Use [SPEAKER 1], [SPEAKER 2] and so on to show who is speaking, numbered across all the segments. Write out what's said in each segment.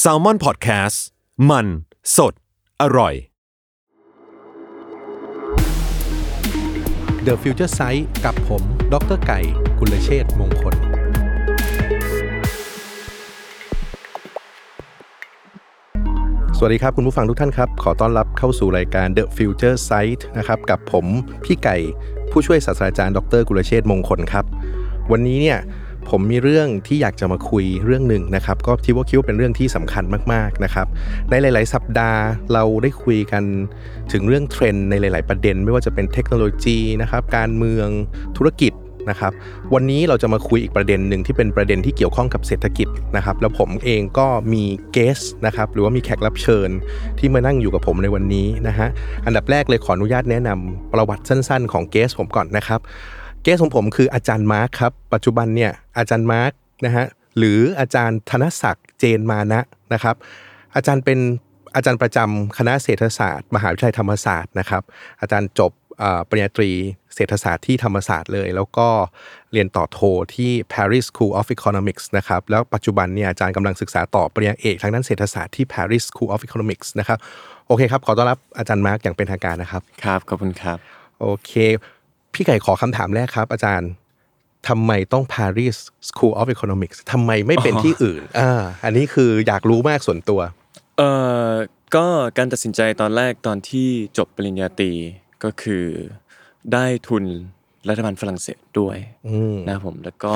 [SPEAKER 1] แซลมอนพอดแคสต์มันสดอร่อย
[SPEAKER 2] The Future Sight กับผม ดรไก่ กุลเชษฐ์มงคล สวัสดีครับคุณผู้ฟังทุกท่านครับ ขอต้อนรับเข้าสู่รายการ The Future Sight นะครับ กับผม พี่ไก่ ผู้ช่วยศาสตราจารย์ ดร กุลเชษฐ์มงคลครับ วันนี้เนี่ย ผมมีเรื่องที่อยากจะมาคุยเรื่องหนึ่งนะครับ ก็คิดว่าคิดว่าเป็นเรื่องที่สำคัญมากๆนะครับ ในหลาย ๆ สัปดาห์เราได้คุยกันถึงเรื่องเทรนด์ในหลาย ๆ ประเด็น ไม่ว่าจะเป็นเทคโนโลยีนะครับการเมืองธุรกิจนะครับวันนี้เราจะมาคุยอีกประเด็นหนึ่งที่เป็นประเด็นที่เกี่ยวข้องกับเศรษฐกิจนะครับแล้วผมเองก็มีเกสนะครับหรือว่ามีแขกรับเชิญที่มานั่งอยู่กับผมในวันนี้นะฮะอันดับแรกเลยขออนุญาตแนะนำประวัติสั้น ๆ ของเกสผมก่อนนะครับ เกสของผมคืออาจารย์มาร์คครับปัจจุบันเนี่ยอาจารย์มาร์คนะฮะหรืออาจารย์ธนศักดิ์เจนมานะนะครับ อาจารย์เป็นอาจารย์ประจำคณะเศรษฐศาสตร์ มหาวิทยาลัยธรรมศาสตร์นะครับอาจารย์จบเอ่อปริญญาตรีเศรษฐศาสตร์ที่ธรรมศาสตร์เลย แล้วก็เรียนต่อโทที่ Paris School of Economics นะครับแล้วปัจจุบันเนี่ยอาจารย์กำลังศึกษาต่อปริญญาเอกทางด้านเศรษฐศาสตร์ที่ Paris School of Economics นะครับโอเคครับขอต้อนรับอาจารย์มาร์กอย่างเป็นทางการนะครับ
[SPEAKER 3] ครับขอบคุณครับ
[SPEAKER 2] โอเค พี่ไก่ขอคำถามแรกครับ อาจารย์ทำไมต้อง Paris School of Economics ทำไมไม่เป็นที่อื่น อ่าอันนี้คืออยากรู้มากส่วนตัว
[SPEAKER 3] เอ่อก็การตัดสินใจตอนแรกตอนที่จบปริญญาตรีก็คือได้ทุนรัฐบาลฝรั่งเศสด้วยนะครับผมแล้วก็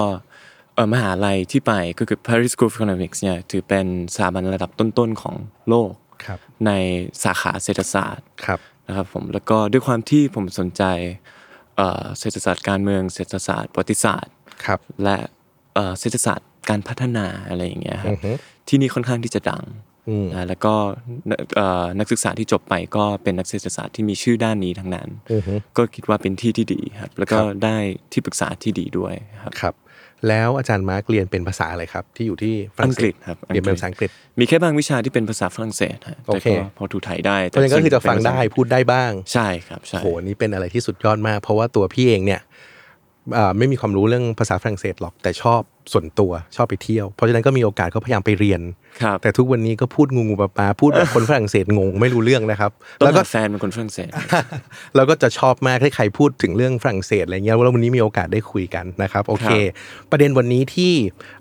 [SPEAKER 3] เอ่อมหาลัยที่ไปก็คือ Paris School of Economics เนี่ยถือเป็นสถาบันระดับต้นๆของโลก
[SPEAKER 2] ครับ
[SPEAKER 3] ในสาขาเศรษฐศาสตร์
[SPEAKER 2] ครับ
[SPEAKER 3] นะครับผมแล้วก็ด้วยความที่ผมสนใจเอ่อเศรษฐศาสตร์การเมืองเศรษฐศาสตร์ประวัติศาสตร์
[SPEAKER 2] ครับ
[SPEAKER 3] และเอ่อเศรษฐศาสตร์การพัฒนาอะไรอย่างเงี้ยครับที่นี่ค่อนข้างที่จะดังนะแล้วก็เอ่อนักศึกษาที่จบไปก็เป็นนักเศรษฐศาสตร์ที่มีชื่อด้านนี้ทั้งนั้น ก็คิดว่าเป็นที่ที่ดีครับแล้วก็
[SPEAKER 2] ครับ
[SPEAKER 3] ได้ที่ปรึกษาที่ดีด้วยครับ
[SPEAKER 2] ครับ แล้วอาจารย์มาร์กเรียนเป็นภาษาอะไรครับ ที่อยู่ที่ฝรั่งเศ
[SPEAKER 3] อังกฤ
[SPEAKER 2] ส
[SPEAKER 3] ษครับอังกฤษ
[SPEAKER 2] เรียนเป็นภาษาอังกฤษ
[SPEAKER 3] มีแค่บางวิชาที่เป็นภาษาฝรั่งเศสฮะแต่
[SPEAKER 2] โอเค
[SPEAKER 3] ก็พอถูไทยได้
[SPEAKER 2] เพราะฉะนั้นก็คือจะฟังได้พูดได้บ้าง
[SPEAKER 3] ใช่ครับใช่
[SPEAKER 2] โหนี่เป็นอะไรที่สุดยอดมาก เพราะว่าตัวพี่เองเนี่ยเอ่อไม่มีความรู้เรื่องภาษาฝรั่งเศสหรอกแต่ชอบส่วนตัวชอบไปเที่ยว เพราะฉะนั้นก็มีโอกาสก็พยายามไปเรียน
[SPEAKER 3] ครับ
[SPEAKER 2] แต่ทุกวันนี้ก็พูดงูงูปลาปลาพูดแบบคนฝรั่งเศสงงไม่รู้เรื่องนะครับ
[SPEAKER 3] ต้อ
[SPEAKER 2] แล้
[SPEAKER 3] ง
[SPEAKER 2] วก็
[SPEAKER 3] หาแฟนเป็นคนฝรั่งเศส
[SPEAKER 2] แล้วก็จะชอบมากถ้าใครพูดถึงเรื่องฝรั่งเศสอะไรเงี้ยแล้ววันนี้มีโอกาสได้คุยกันนะครับโอเค ประเด็นวันนี้ที่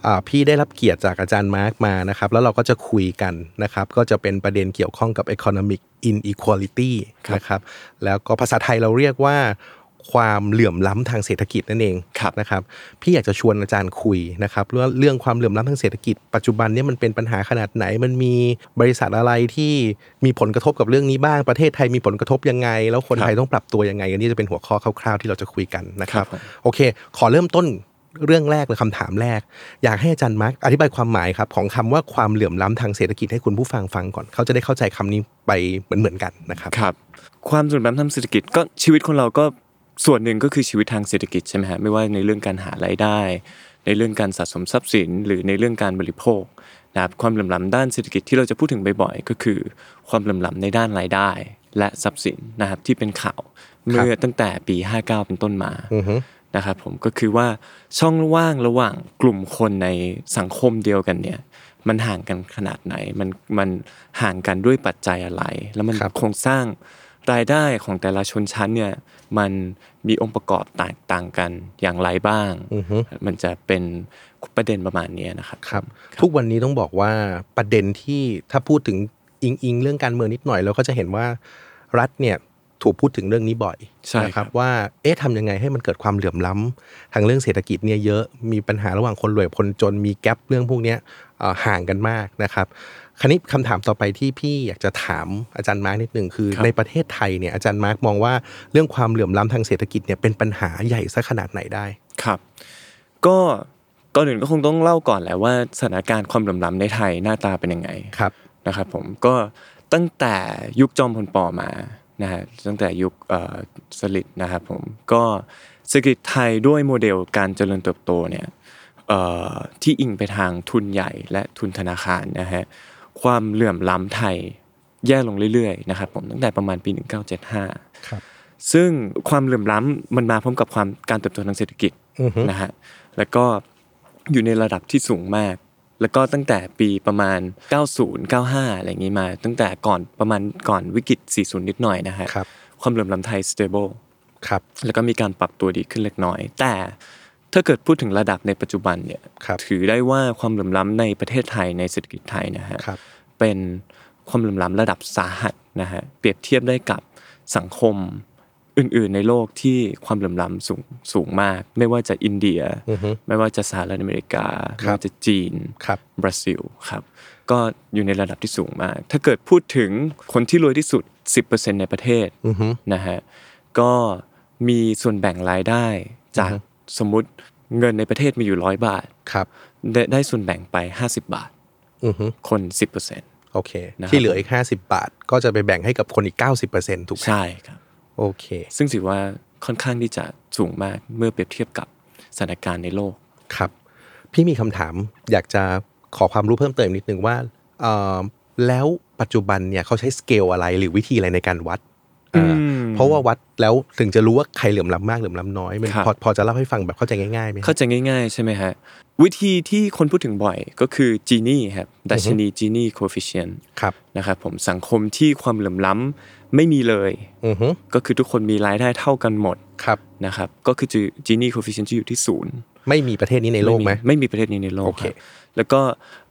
[SPEAKER 2] อ่าพี่ได้รับเกียรติจากอาจารย์มาร์กมานะครับแล้วเราก็จะคุยกันนะครับก็จะเป็นประเด็นเกี่ยวข้องกับ economic inequality นะครับแล้วก็ภาษาไทยเราเรียกว่า ความเหลื่อมล้ำทางเศรษฐกิจนั่นเอง
[SPEAKER 3] ครับ
[SPEAKER 2] นะครับพี่อยากจะชวนอาจารย์คุยนะครับเรื่องเรื่องความเหลื่อมล้ำทางเศรษฐกิจ ปัจจุบันเนี้มันเป็นปัญหาขนาดไหน มันมีบริษัทอะไรที่มีผลกระทบกับเรื่องนี้บ้างประเทศไทยมีผลกระทบยังไง แล้วคนไทยต้องปรับตัวยังไงอันนี้จะเป็นหัวข้อคร่าวๆที่เราจะคุยกันนะครับโอเค ขอเริ่มต้นเรื่องแรกเลยคำถามแรก อยากให้อาจารย์มาร์กอธิบายความหมายครับของคำว่าความเหลื่อมล้ำทางเศรษฐกิจให้คุณผู้ฟังฟังก่อนเขาจะได้เข้าใจคำนี้ไปเหมือนๆกันนะครับ
[SPEAKER 3] ครับความสุดล้ำทางเศรษฐกิจก็ชีวิตคนเราก็ส่วนหนึ่งก็คือชีวิตทางเศรษฐกิจใช่ไหมฮะไม่ว่าในเรื่องการหารายได้ ในเรื่องการสะสมทรัพย์สิน หรือในเรื่องการบริโภคนะครับความเหลื่อมล้ำด้านเศรษฐกิจที่เราจะพูดถึงบ่อยๆก็คือ ความเหลื่อมล้ำในด้านรายได้ และทรัพย์สินนะครับที่เป็นข่าวเมื่อตั้งแต่ปี 59 เป็นต้นมานะครับผมก็คือว่าช่องว่างระหว่างกลุ่มคนในสังคมเดียวกันเนี่ยมันห่างกันขนาดไหนมันมันห่างกันด้วยปัจจัยอะไร แล้วมัน
[SPEAKER 2] ครับ
[SPEAKER 3] โครงสร้าง รายได้ของแต่ละชนชั้นเนี่ยมันมีองค์ประกอบแตกต่างกันอย่างไรบ้าง มันจะเป็น ประเด็นประมาณเนี้ยนะครับ
[SPEAKER 2] ครับ ทุกวันนี้ต้องบอกว่าประเด็นที่ถ้าพูดถึงอิงอิงเรื่องการเมืองนิดหน่อย เราก็จะเห็นว่ารัฐเนี่ยถูกพูดถึงเรื่องนี้บ่อย
[SPEAKER 3] ใช่
[SPEAKER 2] นะค
[SPEAKER 3] ครั
[SPEAKER 2] รับ บว่าเอ๊ะทำยังไงให้มันเกิดความเหลื่อมล้ำทางเรื่องเศรษฐกิจเนี่ยเยอะมีปัญหาระหว่างคนรวยกับคนจนมีแกลบเรื่องพวกเนี้ยเอ่อห่างกันมากนะครับคันนี้คำถามต่อไปที่พี่อยากจะถามอาจารย์มาร์กนิดหนึ่งคือ ในประเทศไทยเนี่ยอาจารย์มาร์กมองว่าเรื่องความเหลื่อมล้ำทางเศรษฐกิจเนี่ยเป็นปัญหาใหญ่ซะขนาดไหนได้
[SPEAKER 3] ครับ ก็ก่อนอื่นก็คงต้องเล่าก่อนแหละว่าสถานการณ์ความเหลื่อมล้ำในไทยหน้าตาเป็นยังไง
[SPEAKER 2] ครับ
[SPEAKER 3] นะครับผมก็ตั้งแต่ยุคจอมพลปมานะฮะตั้งแต่ยุคเอ่อสลิดนะครับผมก็เศรษฐกิจไทยด้วยโมเดลการเจริญเติบโตเนี่ยเอ่อที่อิงไปทางทุนใหญ่และทุนธนาคารนะฮะความเหลื่อมล้ำไทยแย่ลงเรื่อยๆนะครับผมตั้งแต่ประมาณปี 1975 ซึ่งความเหลื่อมล้ำมันมาพร้อมกับความการเติบโตทางเศรษฐกิจ
[SPEAKER 2] อือฮึ
[SPEAKER 3] นะฮะแล้วก็อยู่ในระดับที่สูงมาก แล้วก็ตั้งแต่ปีประมาณ 90 95 อะไรอย่างนี้มา ตั้งแต่ก่อนประมาณก่อนวิกฤต 40 นิดหน่อยนะฮะ
[SPEAKER 2] ครับ
[SPEAKER 3] ความเหลื่อมล้ำไทย stable
[SPEAKER 2] ครับ
[SPEAKER 3] แล้วก็มีการปรับตัวดีขึ้นเล็กน้อย แต่ถ้าเกิดพูดถึงระดับในปัจจุบันเนี่ย
[SPEAKER 2] ครับ
[SPEAKER 3] ถือได้ว่าความเหลื่อมล้ำในประเทศไทยในเศรษฐกิจไทยนะฮะ
[SPEAKER 2] ครับ
[SPEAKER 3] เป็นความเหลื่อมล้ำระดับสาหัสนะฮะเปรียบเทียบได้กับสังคมอื่นๆ ในโลกที่ความเหลื่อมล้ำสูงสูงมาก ไม่ว่าจะอินเดีย
[SPEAKER 2] อือฮึ
[SPEAKER 3] ไม่ว่าจะสหรัฐอเมริกา
[SPEAKER 2] ค
[SPEAKER 3] ไม่
[SPEAKER 2] รับ
[SPEAKER 3] ว่าจะจีน
[SPEAKER 2] ครับ
[SPEAKER 3] บราซิลครับ ก็อยู่ในระดับที่สูงมาก ถ้าเกิดพูดถึงคนที่รวยที่สุด 10%ในประเทศ
[SPEAKER 2] อือฮึ
[SPEAKER 3] นะฮะก็มีส่วนแบ่งรายได้จาก
[SPEAKER 2] อือฮึ
[SPEAKER 3] สมมุติเงินในประเทศมีอยู่ร้อยบาท
[SPEAKER 2] ครับ
[SPEAKER 3] ได้ได้ส่วนแบ่งไป 50 บาท
[SPEAKER 2] อือฮึ
[SPEAKER 3] คน 10%
[SPEAKER 2] โอเค
[SPEAKER 3] นะครับ
[SPEAKER 2] ที่เหลืออีก 50 บาท ก็จะไปแบ่งให้กับคนอีก 90%ถูกไหม
[SPEAKER 3] ใช่ครับ
[SPEAKER 2] โอเค
[SPEAKER 3] ซึ่งถือว่าค่อนข้างที่จะสูงมากเมื่อเปรียบเทียบกับสถานการณ์ในโลก
[SPEAKER 2] ครับ พี่มีคำถามอยากจะขอความรู้เพิ่มเติมนิดนึงว่าเอ่อแล้วปัจจุบันเนี่ยเขาใช้สเกลอะไรหรือวิธีอะไรในการวัดเอ่ออ
[SPEAKER 3] ม
[SPEAKER 2] เพราะว่าวัดแล้วถึงจะรู้ว่าใครเหลื่อมล้ำมากเหลื่อมล้ำน้อยมัน
[SPEAKER 3] ครับ
[SPEAKER 2] พอพอจะเล่าให้ฟังแบบเข้าใจง่ายๆไหมครับ
[SPEAKER 3] เข้าใจง่ายๆ ใช่ไหมฮะ วิธีที่คนพูดถึงบ่อยก็คือจีนี่ครับดัชนีจีนี่โคฟิเชน
[SPEAKER 2] ครับ
[SPEAKER 3] นะครับผมสังคมที่ความเหลื่อมล้ำไม่มีเลย
[SPEAKER 2] อือฮึ
[SPEAKER 3] ก็คือทุกคนมีรายได้เท่ากันหมด
[SPEAKER 2] ครับ
[SPEAKER 3] นะครับก็คือจีนี่โคฟิเชนจะอยู่ที่ศูนย์
[SPEAKER 2] ไม่มีประเทศนี้ในโลกไหม
[SPEAKER 3] ไม่มีประเทศนี้ในโลก
[SPEAKER 2] โอเค
[SPEAKER 3] ครับแล้วก็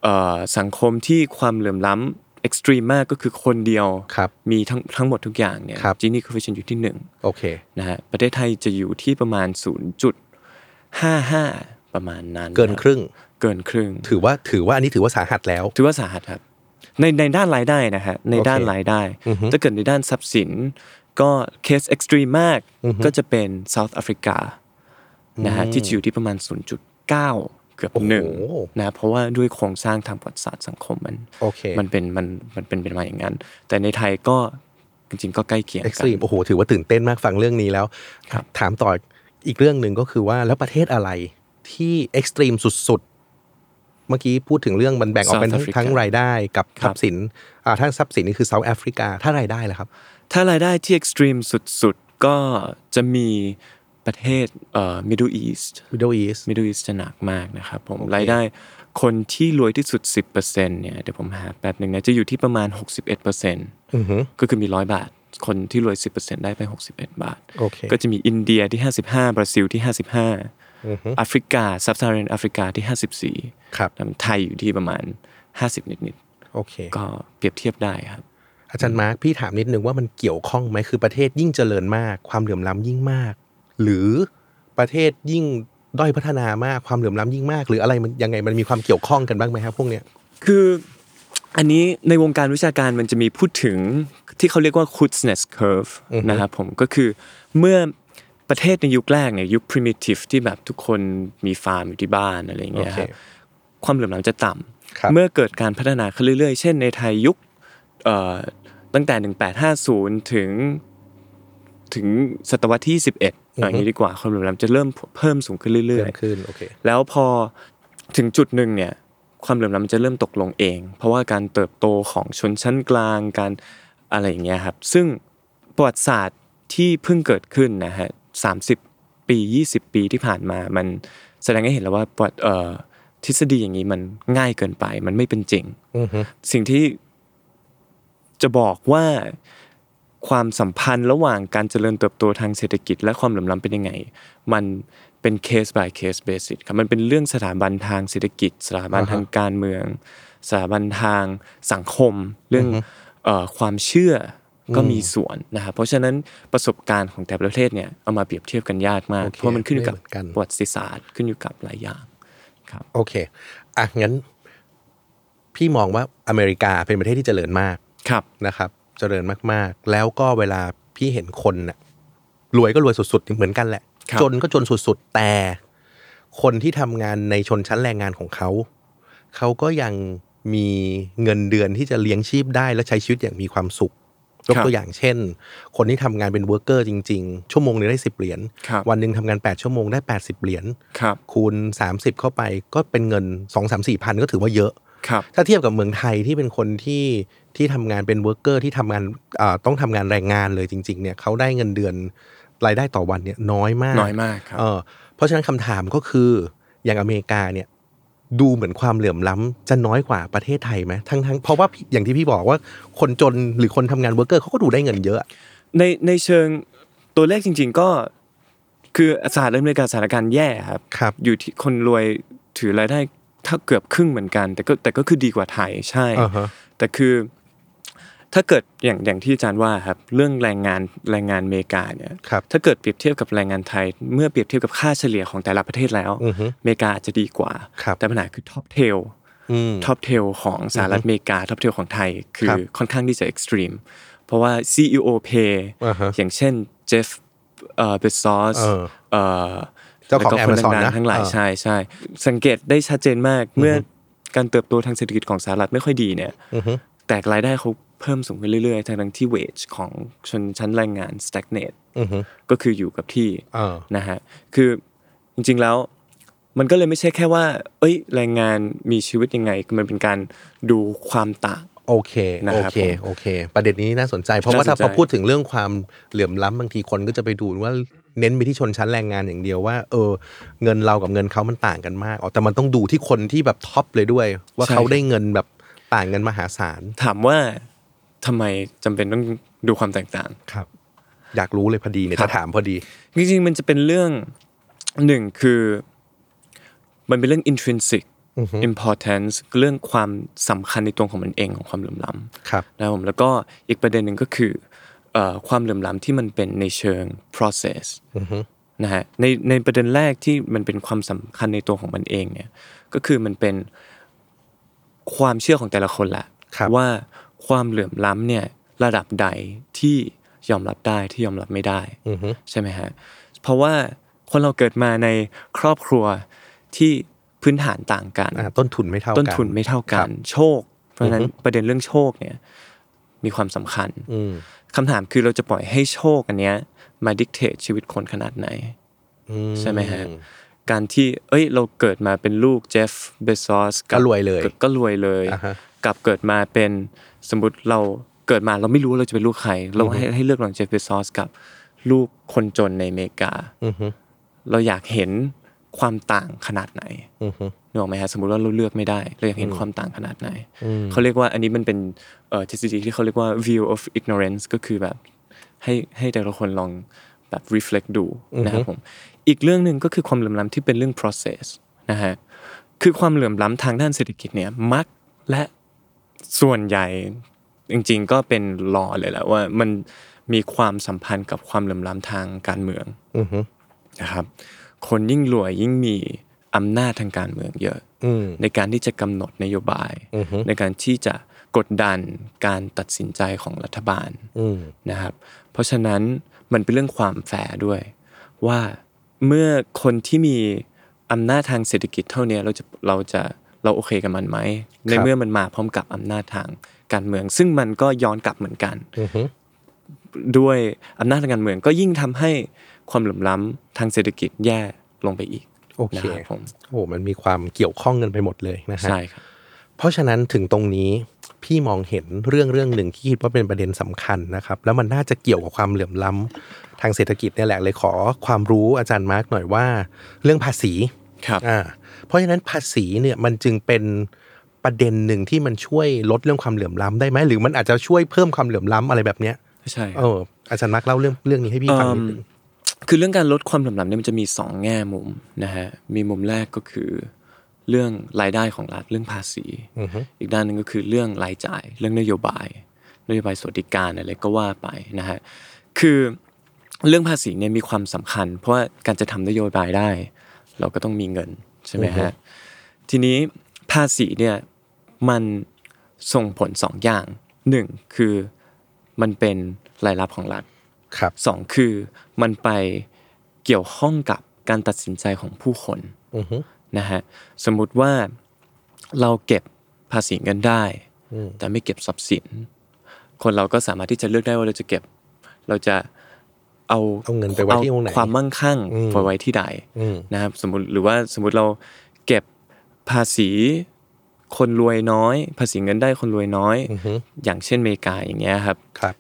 [SPEAKER 3] เอ่อสังคมที่ความเหลื่อมล้ำเอ็กซ์ตรีมมากก็คือคนเดียว
[SPEAKER 2] ครับ
[SPEAKER 3] มีทั้งทั้งหมดทุกอย่างเนี่ย
[SPEAKER 2] ครับ
[SPEAKER 3] จีนี่คอฟฟิชันอยู่ที่หนึ่ง
[SPEAKER 2] โอเค
[SPEAKER 3] นะฮะประเทศไทยจะอยู่ที่ประมาณ 0.55 ประมาณนั้น
[SPEAKER 2] เกินครึ่ง
[SPEAKER 3] เกินครึ่ง
[SPEAKER 2] ถือว่าถือว่าอันนี้ถือว่าสาหัสแล้ว
[SPEAKER 3] ถือว่าสาหัสครับ ในในด้านรายได้นะฮะในด้านรายได้ ถ้าเกิดในด้านทรัพย์สิน ก็เคสเอ็กซ์ตรีมมากก็จะเป็นเซาท์แอฟริกานะฮะที่จะอยู่ที่ประมาณ 0.9 เกือบ
[SPEAKER 2] โอ้โห
[SPEAKER 3] หนึ่งนะเพราะว่าด้วยโครงสร้างทางประวัติศาสตร์สังคมมัน
[SPEAKER 2] โอเค
[SPEAKER 3] มันเป็นมันมันเป็นเป็นมาอย่างนั้น แต่ในไทยก็จริงๆ ก็ใกล้เคียง
[SPEAKER 2] เอ็กซ์
[SPEAKER 3] กั
[SPEAKER 2] ตรีมโอ้โหถือว่าตื่นเต้นมากฟังเรื่องนี้แล้ว
[SPEAKER 3] ครับ
[SPEAKER 2] ถามต่ออีกเรื่องหนึ่งก็คือว่าแล้วประเทศอะไรที่เอ็กซ์ตรีมสุดๆ เมื่อกี้พูดถึงเรื่องมันแบ่งออกเป็นทั้ง
[SPEAKER 3] South Africa
[SPEAKER 2] ทั้งรายได้กับทรัพย์สินอ่าทั้งทรัพย์สินนี่คือเซาท์แอฟริกาถ้ารายได้ล่ะครับ
[SPEAKER 3] ถ้ารายได้ที่เอ็กซ์ตรีมสุดๆ ก็จะมีประเทศเอ่อ Middle East
[SPEAKER 2] Middle East
[SPEAKER 3] Middle East จะหนักมากนะครับผมรายได้คนที่รวยที่สุด 10%เนี่ยเดี๋ยวผมหาแป๊บหนึ่งนะจะอยู่ที่ประมาณ 61%
[SPEAKER 2] อือฮึ
[SPEAKER 3] ก็คือมี 100 บาท คนที่รวย 10%ได้ไป 61 บาท
[SPEAKER 2] โอเค
[SPEAKER 3] ก็จะมีอินเดียที่ 55 บราซิลที่ 55แอฟริกาซับซาเรนแอฟริกาที่ 54
[SPEAKER 2] ครับ
[SPEAKER 3] แล้วไทยอยู่ที่ประมาณ 50 นิด
[SPEAKER 2] โอเค
[SPEAKER 3] ๆ ก็เปรียบเทียบได้ครับ
[SPEAKER 2] อาจารย์มาร์คพี่ถามนิดนึงว่ามันเกี่ยวข้องไหมคือประเทศยิ่งเจริญมาก ความเหลื่อมล้ำยิ่งมาก หรือประเทศยิ่งด้อยพัฒนามากความเหลื่อมล้ำยิ่งมาก หรืออะไรมันยังไงมันมีความเกี่ยวข้องกันบ้างไหมครับพวกเนี้ย
[SPEAKER 3] คืออันนี้ในวงการวิชาการมันจะมีพูดถึงที่เขาเรียกว่า Kuznets curve นะครับผมก็คือเมื่อประเทศในยุคแรกเนี่ยยุค primitive ที่แบบทุกคนมีฟาร์มอยู่ที่บ้านอะไรอย่าง
[SPEAKER 2] โอ
[SPEAKER 3] เงี้ย
[SPEAKER 2] เค
[SPEAKER 3] ครับ ความเหลื่อมล้ำจะต่
[SPEAKER 2] ครับ
[SPEAKER 3] ำ เมื่อเกิดการพัฒนาขึ้นเรื่อยๆ เช่นในไทยยุคเอ่อตั้งแต่ 1850 ถึงถึงศตวรรษที่ 11อย่างนี้ดีกว่า ความเหลื่อมล้ำจะเริ่มเพิ่มสูงขึ้นเรื่
[SPEAKER 2] เกิ
[SPEAKER 3] อย
[SPEAKER 2] นขึ้นโอเค
[SPEAKER 3] ๆ แล้วพอถึงจุดหนึ่งเนี่ยความเหลื่อมล้ำมันจะเริ่มตกลงเอง เพราะว่าการเติบโตของชนชั้นกลางการอะไรอย่างเงี้ยครับ ซึ่งประวัติศาสตร์ที่เพิ่งเกิดขึ้นนะฮะสาปี 20 ปีที่ผ่านมามันแสดงให้เห็นแล้วว่าประวัติเอ่อ ทฤษฎีอย่างนี้มันง่ายเกินไป มันไม่เป็นจริง
[SPEAKER 2] อือฮึ
[SPEAKER 3] สิ่งที่จะบอกว่าความสัมพันธ์ระหว่างการเจริญเติบโตทางเศรษฐกิจ และความเหลื่อมล้ำเป็นยังไง มัน เป็น case by case basis ครับมันเป็นเรื่องสถาบันทางเศรษฐกิจ สถาบันทางการเมือง สถาบันทางสังคม เรื่องเอ่อความเชื่ออก็มีส่วนนะครับเพราะฉะนั้นประสบการณ์ของแต่ละประเทศเนี่ยเอามาเปรียบเทียบกันยากมาก
[SPEAKER 2] โอเค
[SPEAKER 3] เพราะมันขึ้นอยู่กับ
[SPEAKER 2] ไม่เหมือนกัน
[SPEAKER 3] ประวัติศาสตร์ขึ้นอยู่กับหลายอย่าง
[SPEAKER 2] โอเค อ่ะ งั้น พี่มองว่าอเมริกาเป็นประเทศที่เจริญมาก
[SPEAKER 3] ครับ
[SPEAKER 2] นะครับ เจริญมากๆ แล้วก็เวลาพี่เห็นคนน่ะรวยก็รวยสุดๆ เหมือนกันแหละ
[SPEAKER 3] ครับ
[SPEAKER 2] จนก็จนสุดๆ แต่ คนที่ทำงานในชนชั้นแรงงานของเขา เขาก็ยังมีเงินเดือนที่จะเลี้ยงชีพได้และใช้ชีวิตอย่างมีความสุข ยกตัวอย่างเช่น คนที่ทำงานเป็นเวิร์กเกอร์จริง ๆ ชั่วโมงหนึงได้สิบเหรียญ
[SPEAKER 3] ครับ
[SPEAKER 2] วันหนึ่งทำงาน 8 ชั่วโมงได้ 80 เหรียญ
[SPEAKER 3] ครับ
[SPEAKER 2] คูณ 30 เข้าไปก็เป็นเงิน 2 3 4พันก็ถือว่าเยอะ
[SPEAKER 3] ครับ
[SPEAKER 2] ถ้าเทียบกับเมืองไทยที่เป็นคนที่ที่ทำงานเป็นเวิร์กเกอร์ที่ทำงานอ่าต้องทำงานแรงงานเลยจริง ๆ เนี่ยเขาได้เงินเดือนรายได้ต่อวันเนี่ยน้อยมาก
[SPEAKER 3] น้อยมากครับ
[SPEAKER 2] เออเพราะฉะนั้นคำถามก็คืออย่างอเมริกาเนี่ยดูเหมือนความเหลื่อมล้ำจะน้อยกว่าประเทศไทยไหมทั้งทั้งเพราะว่าพี่อย่างที่พี่บอกว่าคนจนหรือคนทำงานเวิร์กเกอร์เขาก็ดูได้เงินเยอะ
[SPEAKER 3] ในในเชิงตัวเลขจริง ๆ ก็คือสหรัฐอเมริกาสถานการณ์แย่ครับ
[SPEAKER 2] ครับ
[SPEAKER 3] อยู่ที่คนรวยถือรายได้เท่าเกือบครึ่งเหมือนกัน แต่ก็แต่ก็คือดีกว่าไทยใช่
[SPEAKER 2] อ่าฮะ
[SPEAKER 3] แต่คือถ้าเกิดอย่างอย่างที่อาจารย์ว่าครับเรื่องแรงงานแรงงานอเมริกาเนี่ย
[SPEAKER 2] ครับ
[SPEAKER 3] ถ้าเกิดเปรียบเทียบกับแรงงานไทย เมื่อเปรียบเทียบกับค่าเฉลี่ยของแต่ละประเทศแล้ว
[SPEAKER 2] อือฮึ
[SPEAKER 3] อเมริกาอาจจะดีกว่า
[SPEAKER 2] ครับ
[SPEAKER 3] แต่ปัญหาคือท็อปเทล
[SPEAKER 2] อืม
[SPEAKER 3] ท็อปเทลของสหรัฐอเมริกาท็อปเทลของไทย คื
[SPEAKER 2] ค
[SPEAKER 3] อ
[SPEAKER 2] รับ
[SPEAKER 3] ค่อนข้างที่จะเอ็กซ์ตรีมเพราะว่า CEO pay
[SPEAKER 2] อ่าฮะ
[SPEAKER 3] อย่างเช่นเจฟเอ่อเบซอส
[SPEAKER 2] เออ เจ้าของ
[SPEAKER 3] แล้วก็คน
[SPEAKER 2] Amazon
[SPEAKER 3] ดัง
[SPEAKER 2] นะ
[SPEAKER 3] ๆทั้งหลาย
[SPEAKER 2] เออ
[SPEAKER 3] ใช่ใช่สังเกตได้ชัดเจนมากเมื่อการเติบโตทางเศรษฐกิจของสหรัฐไม่ค่อยดีเนี่ยแต่รายได้เขาเพิ่มสูงขึ้นเรื่อยๆทั้งๆที่ wage ของชนชั้นแรงงาน stagnate
[SPEAKER 2] อือฮึ
[SPEAKER 3] ก็คืออยู่กับที่
[SPEAKER 2] เออ
[SPEAKER 3] นะฮะคือจริงๆแล้วมันก็เลยไม่ใช่แค่ว่า เอ้ยแรงงานมีชีวิตยังไง มันเป็นการดูความต่าง
[SPEAKER 2] โอเค
[SPEAKER 3] นะ
[SPEAKER 2] โอ
[SPEAKER 3] ครับ
[SPEAKER 2] เค
[SPEAKER 3] ผม
[SPEAKER 2] โอเค ประเด็นนี้น่าสนใจ เพราะว่า
[SPEAKER 3] น่าสนใจ
[SPEAKER 2] ถ้าพอพูดถึงเรื่องความเหลื่อมล้ำบางทีคนก็จะไปดูว่าเน้นไปที่ชนชั้นแรงงานอย่างเดียวว่า เออ เงินเรากับเงินเขามันต่างกันมาก อ๋อ แต่มันต้องดูที่คนที่แบบท็อปเลยด้วย ว่าเขาได้เงินแบบต่างเงินมหาศาล
[SPEAKER 3] ถามว่าทำไมจำเป็นต้องดูความแตกต่าง
[SPEAKER 2] ครับ อยากรู้เลยพอดีเนี่ย
[SPEAKER 3] ครับ
[SPEAKER 2] จะถามพอดี
[SPEAKER 3] จริงๆมันจะเป็นเรื่อง หนึ่งคือมันเป็นเรื่อง intrinsic importance เรื่องความสำคัญในตัวของมันเองของความเหลื่อมล้ำ
[SPEAKER 2] ครับ
[SPEAKER 3] นะครับผมแล้วก็อีกประเด็นหนึ่งก็คือเอ่อความเหลื่อมล้ำที่มันเป็นในเชิง process นะฮะในในประเด็นแรกที่มันเป็นความสำคัญในตัวของมันเองเนี่ยก็คือมันเป็นความเชื่อของแต่ละคนแหละ
[SPEAKER 2] ครับ
[SPEAKER 3] ว่าความเหลื่อมล้ำเนี่ยระดับใดที่ยอมรับได้ที่ยอมรับไม่ได้
[SPEAKER 2] อือฮึ
[SPEAKER 3] ใช่ไหมฮะ เพราะว่าคนเราเกิดมาในครอบครัวที่พื้นฐานต่างกัน
[SPEAKER 2] อ่า ต้นทุนไม่เท่ากัน
[SPEAKER 3] ต้นทุนไม่เท่ากั
[SPEAKER 2] ครั
[SPEAKER 3] น
[SPEAKER 2] บ
[SPEAKER 3] โชค เพราะฉะนั้นประเด็นเรื่องโชคเนี่ยมีความสำคัญ
[SPEAKER 2] อืม
[SPEAKER 3] คำถามคือเราจะปล่อยให้โชคอันเนี้ยมาดิกเทตชีวิตคนขนาดไหน
[SPEAKER 2] อื
[SPEAKER 3] ใช่ไหมฮะ การที่เอ้ยเราเกิดมาเป็นลูกเจฟเบซอส
[SPEAKER 2] ก็รวยเลย
[SPEAKER 3] ก็รวยเลย
[SPEAKER 2] อ่าฮะ
[SPEAKER 3] กับเกิดมาเป็นสมมติเราเกิดมาเราไม่รู้ว่าเราจะเป็นลูกใคร เราให้ให้เลือกระหว่างเจฟเบซอสกับลูกคนจนในอเมริกา
[SPEAKER 2] อือฮึ
[SPEAKER 3] เราอยากเห็นความต่างขนาดไหน
[SPEAKER 2] อือฮึ
[SPEAKER 3] นึกออกไหมฮะสมมุติว่าเราเลือกไม่ได้ เราอยากเห็นความต่างขนาดไหน เขาเรียกว่าอันนี้มันเป็นเอ่อทฤษฎีที่เขาเรียกว่า view of ignorance ก็คือแบบให้ให้แต่ละคนลองแบบ reflect ดูนะครับผมอีกเรื่องหนึ่งก็คือความเหลื่อมล้ำที่เป็นเรื่อง process นะฮะคือความเหลื่อมล้ำทางด้านเศรษฐกิจเนี่ยมักและส่วนใหญ่จริงๆ ก็เป็นลอเลยแหละว่ามันมีความสัมพันธ์กับความเหลื่อมล้ำทางการเมือง
[SPEAKER 2] อือฮึ
[SPEAKER 3] นะครับคนยิ่งรวยยิ่งมีอำนาจทางการเมืองเยอะ
[SPEAKER 2] อืม
[SPEAKER 3] ในการที่จะกำหนดนโยบาย
[SPEAKER 2] อือฮึ
[SPEAKER 3] ในการที่จะกดดันการตัดสินใจของรัฐบาล
[SPEAKER 2] อืม
[SPEAKER 3] นะครับเพราะฉะนั้นมันเป็นเรื่องความแฟร์ด้วย ว่าเมื่อคนที่มีอำนาจทางเศรษฐกิจเท่าเนี้ยเราจะเราจะเราโอเคกับมันไหมในเมื่อมันมาพร้อมกับอำนาจทางการเมือง ซึ่งมันก็ย้อนกลับเหมือนกัน
[SPEAKER 2] อือฮึ
[SPEAKER 3] ด้วยอำนาจทางการเมืองก็ยิ่งทำให้ความเหลื่อมล้ำทางเศรษฐกิจแย่ลงไปอีก
[SPEAKER 2] โอเค
[SPEAKER 3] นะครับผม
[SPEAKER 2] โอ้ มันมีความเกี่ยวข้องกันไปหมดเลยนะฮะ
[SPEAKER 3] ใช่ครับ
[SPEAKER 2] เพราะฉะนั้นถึงตรงนี้พี่มองเห็นเรื่องเรื่องหนึ่งที่คิดว่าเป็นประเด็นสำคัญนะครับ แล้วมันน่าจะเกี่ยวกับความเหลื่อมล้ำทางเศรษฐกิจเนี่ยแหละเลยขอความรู้อาจารย์มาร์กหน่อยว่า เรื่องภาษี
[SPEAKER 3] ครับ
[SPEAKER 2] อ่าเพราะฉะนั้นภาษีเนี่ยมันจึงเป็นประเด็นหนึ่งที่มันช่วยลดเรื่องความเหลื่อมล้ำได้ไหมหรือมันอาจจะช่วยเพิ่มความเหลื่อมล้ำอะไรแบบเนี้ย
[SPEAKER 3] ใช่ค
[SPEAKER 2] เอ
[SPEAKER 3] รับ
[SPEAKER 2] ออาจารย์มาร์กเล่าเรื่องเรื่องนี้ให้พี่ฟังนิดนึง
[SPEAKER 3] คือเรื่องการลดความเหลื่อมล้ำเนี่ยมันจะมีสองแง่มุมนะฮะมีมุมแรกก็คือเรื่องรายได้ของรัฐเรื่องภาษี อีกด้านหนึ่งก็คือเรื่องรายจ่าย เรื่องนโยบาย นโยบายสวัสดิการอะไรก็ว่าไปนะฮะคือเรื่องภาษีเนี่ยมีความสำคัญ เพราะว่าการจะทำนโยบายได้ เราก็ต้องมีเงินใช่ไหมฮะทีนี้ภาษีเนี่ยมันส่งผลสองอย่างหนึ่งคือมันเป็นรายรับของรัฐ
[SPEAKER 2] ครับ
[SPEAKER 3] สองคือมันไปเกี่ยวข้องกับการตัดสินใจของผู้คนนะฮะสมมุติว่าเราเก็บภาษีเงินได้ แต่ไม่เก็บทรัพย์สิน คนเราก็สามารถที่จะเลือกได้ว่าเราจะเก็บ เราจะเอา
[SPEAKER 2] เอาเงินไปไว้ที่ตรงไหน
[SPEAKER 3] เาความมั่งคั่งไปไว้ที่ใดนะครับสมมติหรือว่าสมมติเราเก็บภาษีคนรวยน้อย ภาษีเงินได้คนรวยน้อย อย่างเช่นอเมริกาอย่างเงี้ยครับ
[SPEAKER 2] ครับ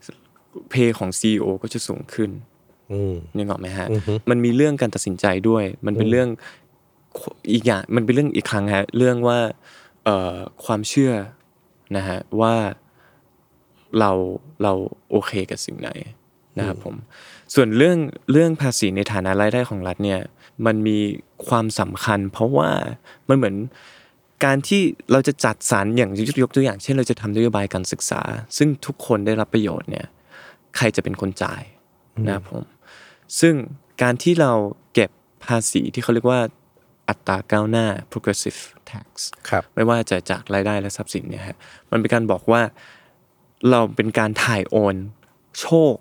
[SPEAKER 3] เพย์ของ CEO ก็จะสูงขึ้น
[SPEAKER 2] อืม
[SPEAKER 3] นึกออกไหมฮะ
[SPEAKER 2] อือฮึ
[SPEAKER 3] มันมีเรื่องการตัดสินใจด้วย มันเป็นเรื่องอีกอย่างมันเป็นเรื่องอีกครั้งฮะ เรื่องว่าเอ่อความเชื่อนะฮะว่าเราเราโอเคกับสิ่งไหนนะครับผม ส่วนเรื่องเรื่องภาษีในฐานะรายได้ของรัฐเนี่ย มันมีความสำคัญ เพราะว่ามันเหมือนการที่เราจะจัดสรรอย่างยกตัวอย่าง เช่นเราจะทำนโยบายการศึกษา ซึ่งทุกคนได้รับประโยชน์เนี่ย ใครจะเป็นคนจ่ายนะครับผม ซึ่งการที่เราเก็บภาษีที่เขาเรียกว่าอัตราก้าวหน้า progressive tax
[SPEAKER 2] ครับ
[SPEAKER 3] ไม่ว่าจะจากรายได้และทรัพย์สินเนี่ยฮะมันเป็นการบอกว่าเราเป็นการถ่ายโอนโชค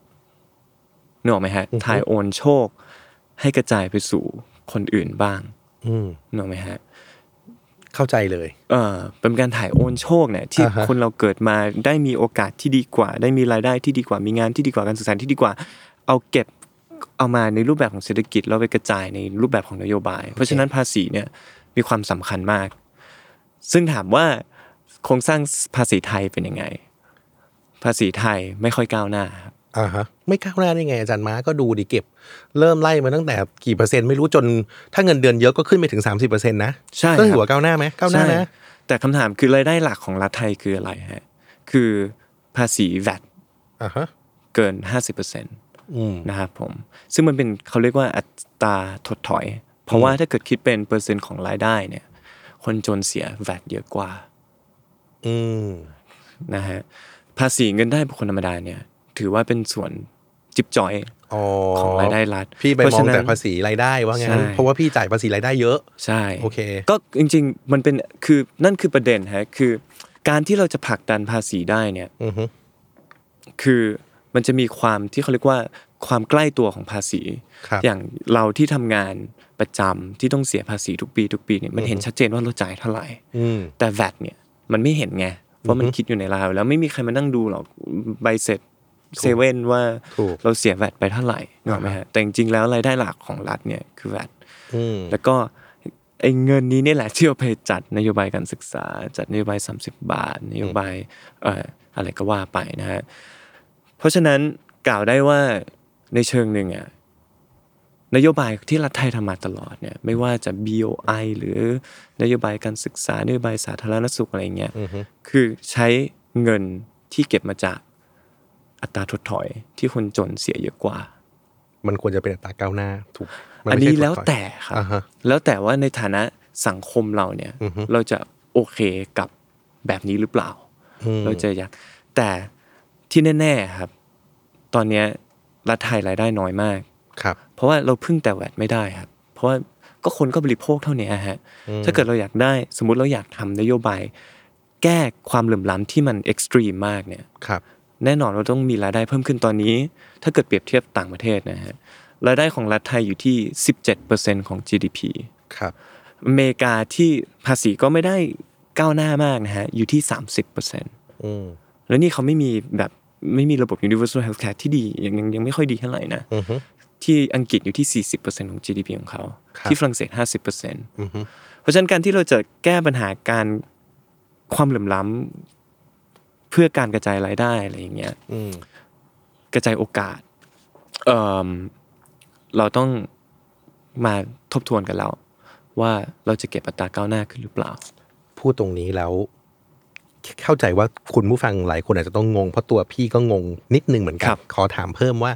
[SPEAKER 3] นึกออกไหมฮะถ่ายโอนโชค ให้กระจายไปสู่คนอื่นบ้าง
[SPEAKER 2] อืม
[SPEAKER 3] นึกออกไหมฮะ
[SPEAKER 2] เข้าใจเลย
[SPEAKER 3] เอ่อเป็นการถ่ายโอนโชคเนี่ยที่
[SPEAKER 2] อ่าฮะ
[SPEAKER 3] คนเราเกิดมาได้มีโอกาสที่ดีกว่า ได้มีรายได้ที่ดีกว่ามีงานที่ดีกว่าการศึกษาที่ดีกว่า เอาเก็บเอามาในรูปแบบของเศรษฐกิจแล้วไปกระจายในรูปแบบของนโยบาย เพราะฉะนั้นภาษีเนี่ยมีความสำคัญมาก ซึ่งถามว่าโครงสร้างภาษีไทยเป็นยังไง ภาษีไทยไม่ค่อยก้าวหน้าครับ
[SPEAKER 2] อ่าฮะไม่ก้าวหน้าได้ไงอาจารย์ม้าก็ดูดิเก็บ เริ่มไล่มาตั้งแต่กี่เปอร์เซ็นต์ไม่รู้จน ถ้าเงินเดือนเยอะก็ขึ้นไปถึง 30%นะ
[SPEAKER 3] ใช่
[SPEAKER 2] ก็
[SPEAKER 3] ค
[SPEAKER 2] ถื
[SPEAKER 3] รั
[SPEAKER 2] อบ ว่าก้าวหน้าไหมก้าวหน้านะ
[SPEAKER 3] ใช่แต่คำถามคือรายได้หลักของรัฐไทยคืออะไรฮะคือภาษี VAT
[SPEAKER 2] อ่าฮะ
[SPEAKER 3] เกิน 50%
[SPEAKER 2] อืม
[SPEAKER 3] นะครับผมซึ่งมันเป็นเขาเรียกว่าอัตราถดถอย เพราะว่าถ้าเกิดคิดเป็นเปอร์เซ็นต์ของรายได้เนี่ย คนจนเสีย VAT เยอะกว่า
[SPEAKER 2] อืม
[SPEAKER 3] นะฮะภาษีเงินได้บุคคลธรรมดาเนี่ย ถือว่าเป็นส่วนจิบจอย
[SPEAKER 2] อ๋อ
[SPEAKER 3] ของรายได้รัฐ
[SPEAKER 2] พี่ไป
[SPEAKER 3] เพราะ
[SPEAKER 2] มอง
[SPEAKER 3] ฉะนั้น
[SPEAKER 2] แต่ภาษีรายได้ว่างั้น
[SPEAKER 3] ใช่
[SPEAKER 2] เพราะว่าพี่จ่ายภาษีรายได้เยอะ
[SPEAKER 3] ใช่
[SPEAKER 2] โอเค
[SPEAKER 3] ก็จริงๆ มันเป็นคือนั่นคือประเด็นฮะคือ การที่เราจะผลักดันภาษีได้เนี่ย
[SPEAKER 2] อือฮึ
[SPEAKER 3] คือมันจะมีความที่เขาเรียกว่าความใกล้ตัวของภาษี
[SPEAKER 2] ครับ
[SPEAKER 3] อย่างเราที่ทำงานประจำที่ต้องเสียภาษีทุกปีทุกปีเนี่ยมันเห็นชัดเจนว่าเราจ่ายเท่าไหร่
[SPEAKER 2] อืม
[SPEAKER 3] แต่ VAT เนี่ยมันไม่เห็นไง เพราะมันคิดอยู่ในราวแล้วไม่มีใครมานั่งดูหรอกใบเสร็จเซเว่นว่า
[SPEAKER 2] ถูก
[SPEAKER 3] เราเสีย VAT ไปเท่าไหร่นึกออกไหมฮะแต่จริงๆแล้วรายได้หลักของรัฐเนี่ยคือ VAT
[SPEAKER 2] อืม
[SPEAKER 3] แล้วก็ไอ้เงินนี้เนี่ยแหละที่เอาไปจัดนโยบายการศึกษา จัดนโยบาย 30 บาท นโยบายเอ่ออะไรก็ว่าไปนะฮะเพราะฉะนั้นกล่าวได้ว่าในเชิงหนึ่งอ่ะนโยบายที่รัฐไทยทำมาตลอดเนี่ยไม่ว่าจะ BOI หรือนโยบายการศึกษานโยบายสาธารณสุขอะไรเงี้ยคือใช้เงินที่เก็บมาจากอัตราถดถอยที่คนจนเสียเยอะกว่า
[SPEAKER 2] มันควรจะเป็นอัตราก้าวหน้าถูกมั
[SPEAKER 3] อัน
[SPEAKER 2] ไม่ใช่ถดถ
[SPEAKER 3] นี้
[SPEAKER 2] ย
[SPEAKER 3] แล้วแต่ครับ
[SPEAKER 2] อ่าฮะ
[SPEAKER 3] แล้วแต่ว่าในฐานะสังคมเราเนี่ย
[SPEAKER 2] อือฮึ
[SPEAKER 3] เราจะโอเคกับแบบนี้หรือเปล่า
[SPEAKER 2] อืม
[SPEAKER 3] เราจะอยากแต่ที่แน่ๆครับ ตอนเนี้ยรัฐไทยรายได้น้อยมาก
[SPEAKER 2] ครับ
[SPEAKER 3] เพราะว่าเราพึ่งแต่แวดไม่ได้ครับ เพราะว่าก็คนก็บริโภคเท่านี้ฮะ ถ้าเกิดเราอยากได้สมมุติเราอยากทำนโยบาย แก้ความเหลื่อมล้ำที่มันเอ็กซ์ตรีมมากเนี่ย
[SPEAKER 2] ครับ
[SPEAKER 3] แน่นอนเราต้องมีรายได้เพิ่มขึ้นตอนนี้ ถ้าเกิดเปรียบเทียบต่างประเทศนะฮะรายได้ของรัฐไทยอยู่ที่ 17%ของ GDP
[SPEAKER 2] ครับ
[SPEAKER 3] อเมริกาที่ภาษีก็ไม่ได้ก้าวหน้ามากนะฮะอยู่ที่ 30%
[SPEAKER 2] อืม
[SPEAKER 3] แล้วนี่เขาไม่มีแบบไม่มีระบบ universal healthcare ที่ดียังยังยังไม่ค่อยดีเท่าไหร่นะ
[SPEAKER 2] อือฮึ
[SPEAKER 3] ที่อังกฤษอยู่ที่ 40%ของ GDP ของเขา
[SPEAKER 2] ครับ
[SPEAKER 3] ที่ฝรั่งเศส 50%
[SPEAKER 2] อือฮึ
[SPEAKER 3] เพราะฉะนั้นการที่เราจะแก้ปัญหาการความเหลื่อมล้ำเพื่อการกระจายรายได้อะไรอย่างเงี้ย
[SPEAKER 2] อืม
[SPEAKER 3] กระจายโอกาสเอ่มเราต้องมาทบทวนกันแล้ว ว่าเราจะเก็บอัตราก้าวหน้าขึ้นหรือเปล่า
[SPEAKER 2] พูดตรงนี้แล้ว เข้าใจว่าคุณผู้ฟังหลายคนอาจจะต้องงง เพราะตัวพี่ก็งงนิดนึงเหมือนกั
[SPEAKER 3] ครั
[SPEAKER 2] น
[SPEAKER 3] บ
[SPEAKER 2] ขอถามเพิ่มว่า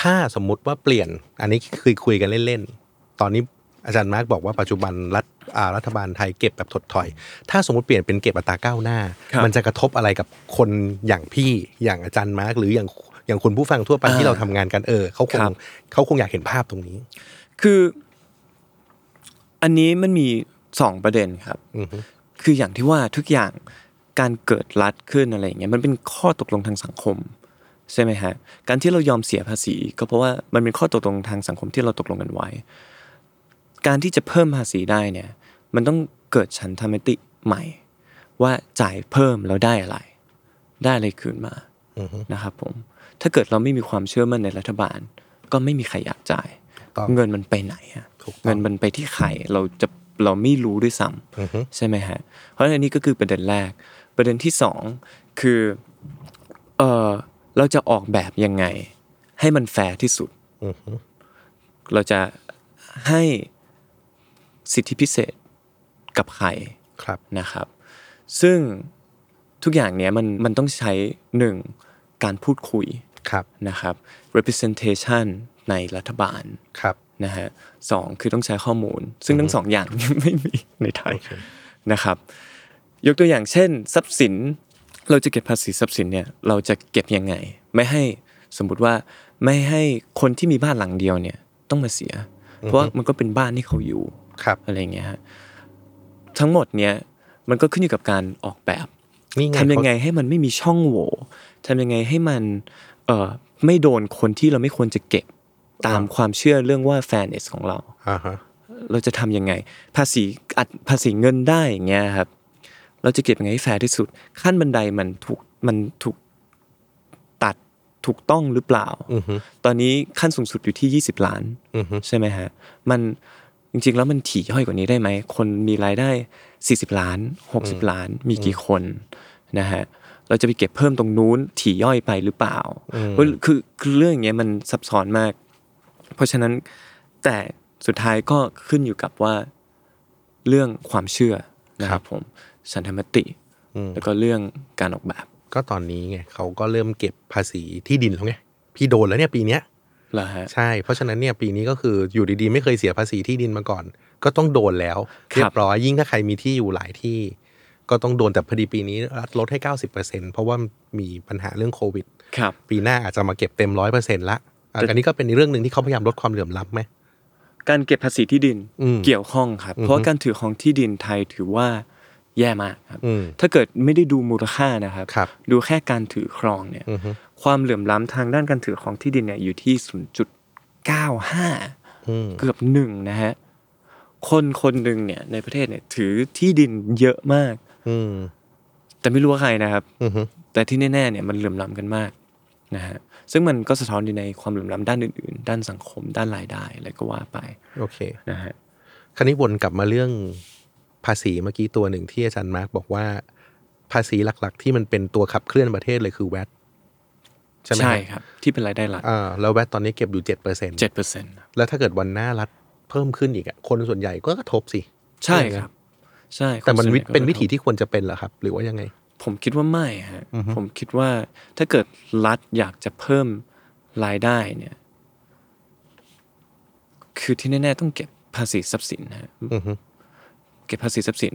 [SPEAKER 2] ถ้าสมมุติว่าเปลี่ยน อันนี้คือคุยกันเล่นๆ ตอนนี้อาจารย์มาร์กบอกว่าปัจจุบันรัฐอ่ารัฐบาลไทยเก็บแบบถดถอย ถ้าสมมติเปลี่ยนเป็นเก็บอัตราก้าวหน้า
[SPEAKER 3] ครับ
[SPEAKER 2] มันจะกระทบอะไรกับคนอย่างพี่อย่างอาจารย์มาร์กหรืออย่างอย่างคุณผู้ฟังทั่วไป
[SPEAKER 3] อ่า
[SPEAKER 2] ที่เราทำงานกันเออเขาคง
[SPEAKER 3] ครับ
[SPEAKER 2] เขาคงอยากเห็นภาพตรงนี้
[SPEAKER 3] คืออันนี้มันมีสองประเด็นครับ
[SPEAKER 2] อือฮึ
[SPEAKER 3] คืออย่างที่ว่าทุกอย่างการเกิดรัฐขึ้นอะไรอย่างเงี้ยมันเป็นข้อตกลงทางสังคมใช่ไหมฮะการที่เรายอมเสียภาษี ก็เพราะว่ามันเป็นข้อตกลงทางสังคมที่เราตกลงกันไว้ การที่จะเพิ่มภาษีได้เนี่ย มันต้องเกิดฉันทามติใหม่ ว่าจ่ายเพิ่มแล้วได้อะไร ได้อะไรคืนมานะครับผมถ้าเกิดเราไม่มีความเชื่อมั่นในรัฐบาล ก็ไม่มีใครอยากจ่าย
[SPEAKER 2] ต้อง
[SPEAKER 3] เงินมันไปไหนอะ
[SPEAKER 2] ถูกต้อง
[SPEAKER 3] เงินมันไปที่ใครเราจะเราไม่รู้ด้วยซ้ำใช่ไหมฮะ เพราะฉะนั้นอันนี้ก็คือประเด็นแรก ประเด็นที่สองคือเออเราจะออกแบบยังไง ให้มันแฟร์ที่สุด เราจะให้สิทธิพิเศษกับใคร
[SPEAKER 2] ครับ
[SPEAKER 3] นะครับ ซึ่งทุกอย่างเนี้ยมันมันต้องใช้หนึ่งการพูดคุย
[SPEAKER 2] ครับ
[SPEAKER 3] นะครับ representation ในรัฐบาล
[SPEAKER 2] ครับ
[SPEAKER 3] นะฮะสองคือต้องใช้ข้อมูล ซึ่งทั้งสองอย่าง ไม่มีในไทยนะครับ ยกตัวอย่างเช่น ทรัพย์สินเราจะเก็บภาษีทรัพย์สินเนี่ยเราจะเก็บยังไง ไม่ให้สมมุติว่าไม่ให้คนที่มีบ้านหลังเดียวเนี่ยต้องมาเสีย เพราะว่ามันก็เป็นบ้านที่เขาอยู่
[SPEAKER 2] ครับ
[SPEAKER 3] อะไรอย่างเงี้ยฮะทั้งหมดเนี้ยมันก็ขึ้นอยู่กับการออกแบบ
[SPEAKER 2] นี่ไง
[SPEAKER 3] ทำยังไงให้มันไม่มีช่องโหว่ทำยังไงให้มันเอ่อไม่โดนคนที่เราไม่ควรจะเก็บตามความเชื่อเรื่องว่าแฟนเอสของเรา
[SPEAKER 2] เขาอ่าฮะ
[SPEAKER 3] เราจะทำยังไง ภาษีอัดภาษีเงินได้อย่างเงี้ยครับ เราจะเก็บยังไงให้แฟร์ที่สุด ขั้นบันไดมันถูกมันถูกตัดถูกต้องหรือเปล่า
[SPEAKER 2] อือฮึ
[SPEAKER 3] ตอนนี้ขั้นสูงสุดอยู่ที่ 20 ล้าน
[SPEAKER 2] อือฮึ
[SPEAKER 3] ใช่ไหมฮะ มันจริงๆ แล้วมันถี่ย่อยกว่านี้ได้ไหม คนมีรายได้ 40 ล้าน 60 ล้าน มีกี่คนนะฮะ เราจะไปเก็บเพิ่มตรงนู้นถี่ย่อยไปหรือเปล่าเพราะคือคือเรื่องอย่างเงี้ยมันซับซ้อนมาก เพราะฉะนั้นแต่สุดท้ายก็ขึ้นอยู่กับว่าเรื่องความเชื่อนะครับผมสันธรรมติ แล้วก็เรื่องการออกแบบ
[SPEAKER 2] ก็ตอนนี้ไงเขาก็เริ่มเก็บภาษีที่ดินแล้วไงพี่โดนแล้วเนี่ยปีเนี้ย
[SPEAKER 3] เหรอฮะ
[SPEAKER 2] ใช่ เพราะฉะนั้นเนี่ยปีนี้ก็คืออยู่ดีๆ ไม่เคยเสียภาษีที่ดินมาก่อน ก็ต้องโดนแล้ว
[SPEAKER 3] ครับ
[SPEAKER 2] เรียบร้อยยิ่งถ้าใครมีที่อยู่หลายที่ ก็ต้องโดนแต่พอดีปีนี้รัฐลดให้ 90%เพราะว่ามีปัญหาเรื่องโควิด
[SPEAKER 3] ครับ
[SPEAKER 2] ปีหน้าอาจจะมาเก็บเต็มร้อยเปอร์เซ็นต์ละอ่ะอันนี้ก็เป็นเรื่องหนึ่งที่เขาพยายามลดความเหลื่อมล้ำไหม
[SPEAKER 3] การเก็บภาษีที่ดิน
[SPEAKER 2] อืม
[SPEAKER 3] เกี่ยวข้องครับ เพราะว่าการถือของที่ดินไทยถือว่าแย่มากครับ
[SPEAKER 2] อืม
[SPEAKER 3] ถ้าเกิดไม่ได้ดูมูลค่านะครับ
[SPEAKER 2] ครับ
[SPEAKER 3] ดูแค่การถือครองเนี่ย
[SPEAKER 2] อือฮึ
[SPEAKER 3] ความเหลื่อมล้ำทางด้านการถือของที่ดินเนี่ยอยู่ที่ 0.95
[SPEAKER 2] อืม
[SPEAKER 3] เกือบหนึ่งนะฮะคนคนหนึ่งเนี่ยในประเทศเนี่ยถือที่ดินเยอะมาก
[SPEAKER 2] อืม
[SPEAKER 3] แต่ไม่รู้ว่าใครนะครับ
[SPEAKER 2] อือฮึ
[SPEAKER 3] แต่ที่แน่ๆเนี่ยมันเหลื่อมล้ำกันมากนะฮะซึ่งมันก็สะท้อนอยู่ในความเหลื่อมล้ำด้านอื่นๆ ด้านสังคม ด้านรายได้อะไรก็ว่าไป
[SPEAKER 2] โอเค
[SPEAKER 3] นะฮะ
[SPEAKER 2] คราวนี้วนกลับมาเรื่องภาษีเมื่อกี้ตัวหนึ่งที่อาจารย์มาร์กบอกว่า ภาษีหลักๆ ที่มันเป็นตัวขับเคลื่อนประเทศเลยคือแวดใช่ไหม
[SPEAKER 3] ใช่
[SPEAKER 2] ครับ
[SPEAKER 3] ครับ ที่เป็นรายได้หลัก
[SPEAKER 2] อ่าแล้วแวดตอนนี้เก็บอยู่เจ็ดเปอร์เซ็นต์
[SPEAKER 3] เจ็ดเปอร์เซ็นต์
[SPEAKER 2] แล้วถ้าเกิดวันหน้ารัฐเพิ่มขึ้นอีกอะคนส่วนใหญ่ก็กระทบสิ
[SPEAKER 3] ใช่ครับ ใช่
[SPEAKER 2] แต่มันวิ
[SPEAKER 3] คส่ใหญ่ก็
[SPEAKER 2] เป็นวิถี
[SPEAKER 3] กระท
[SPEAKER 2] ที่ควรจะเป็นเหรอครับ หรือว่ายังไง
[SPEAKER 3] บผมคิดว่าไม่ฮะผมคิดว่าถ้าเกิดรัฐอยากจะเพิ่มรายได้เนี่ย คือที่แน่ๆต้องเก็บภาษีทรัพย์สินฮะ
[SPEAKER 2] อือฮึ
[SPEAKER 3] เก็บภาษีทรัพย์สิน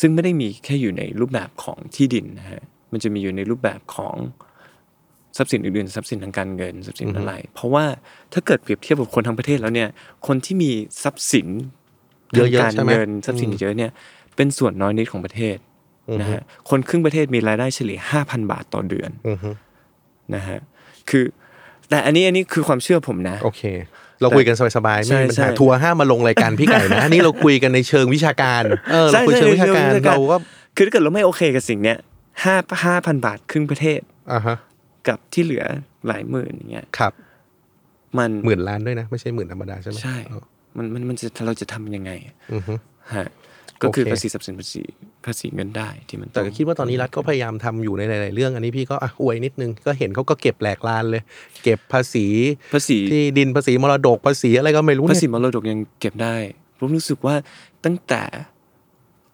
[SPEAKER 3] ซึ่งไม่ได้มีแค่อยู่ในรูปแบบของที่ดินนะฮะมันจะมีอยู่ในรูปแบบของทรัพย์สินอื่นๆทรัพย์สินทางการเงินทรัพย์สินอะไร เพราะว่าถ้าเกิดเปรียบเทียบกับคนทั้งประเทศแล้วเนี่ย คนที่มีทรัพย์สิน
[SPEAKER 2] เยอะๆ
[SPEAKER 3] ทางการ
[SPEAKER 2] ใช่ไหม
[SPEAKER 3] เงินทรัพย์สินเยอะเนี่ยเป็นส่วนน้อยนิดของประเทศนะฮะคนครึ่งประเทศมีรายได้เฉลี่ย5,000 บาทต่อเดือน
[SPEAKER 2] อือฮึ
[SPEAKER 3] นะฮะคือแต่อันนี้อันนี้คือความเชื่อผมนะ
[SPEAKER 2] โอเค เราคุยกันสบายๆ
[SPEAKER 3] ใช่
[SPEAKER 2] ไม่มีปัญ
[SPEAKER 3] ใช่
[SPEAKER 2] หาทัวร์ห้ามมาลงรายการพี่ไก่นะ นี่เราคุยกันในเชิงวิชาการเออ
[SPEAKER 3] ใช่
[SPEAKER 2] เราคุยเชิงวิชาการ
[SPEAKER 3] ใช่เชิงวิชาการ
[SPEAKER 2] เราก็
[SPEAKER 3] คือถ้าเกิดเราไม่โอเคกับสิ่งเนี้ยห้าห้าพันบาทครึ่งประเทศ
[SPEAKER 2] อ่าฮะ
[SPEAKER 3] กับที่เหลือหลายหมื่นอย่างเงี้ย
[SPEAKER 2] ครับ
[SPEAKER 3] มัน
[SPEAKER 2] หมื่นล้านด้วยนะ ไม่ใช่หมื่นธรรมดาใช่ไหม
[SPEAKER 3] ใช่
[SPEAKER 2] อ๋อ
[SPEAKER 3] มัน มัน มันจะ เราจะทำยังไง
[SPEAKER 2] อือฮึ
[SPEAKER 3] ฮะ ก็คือ
[SPEAKER 2] โอเค
[SPEAKER 3] ภาษีทรัพย์สินภาษี ภาษีเงินได้ที่มัน
[SPEAKER 2] แต่
[SPEAKER 3] ง
[SPEAKER 2] คิดว่าตอนนี้รัฐก็พยายามทำอยู่ในหลาย ๆ เรื่อง อันนี้พี่ก็อ่ะอวยนิดนึงก็เห็นเขาก็เก็บแหลกลานเลย เก็บภาษี
[SPEAKER 3] ภาษี
[SPEAKER 2] ที่ดินภาษีมรดกภาษีอะไรก็ไม่รู้
[SPEAKER 3] ภาษี
[SPEAKER 2] เนี่ย
[SPEAKER 3] มรดกยังเก็บได้ ผมรู้สึกว่าตั้งแต่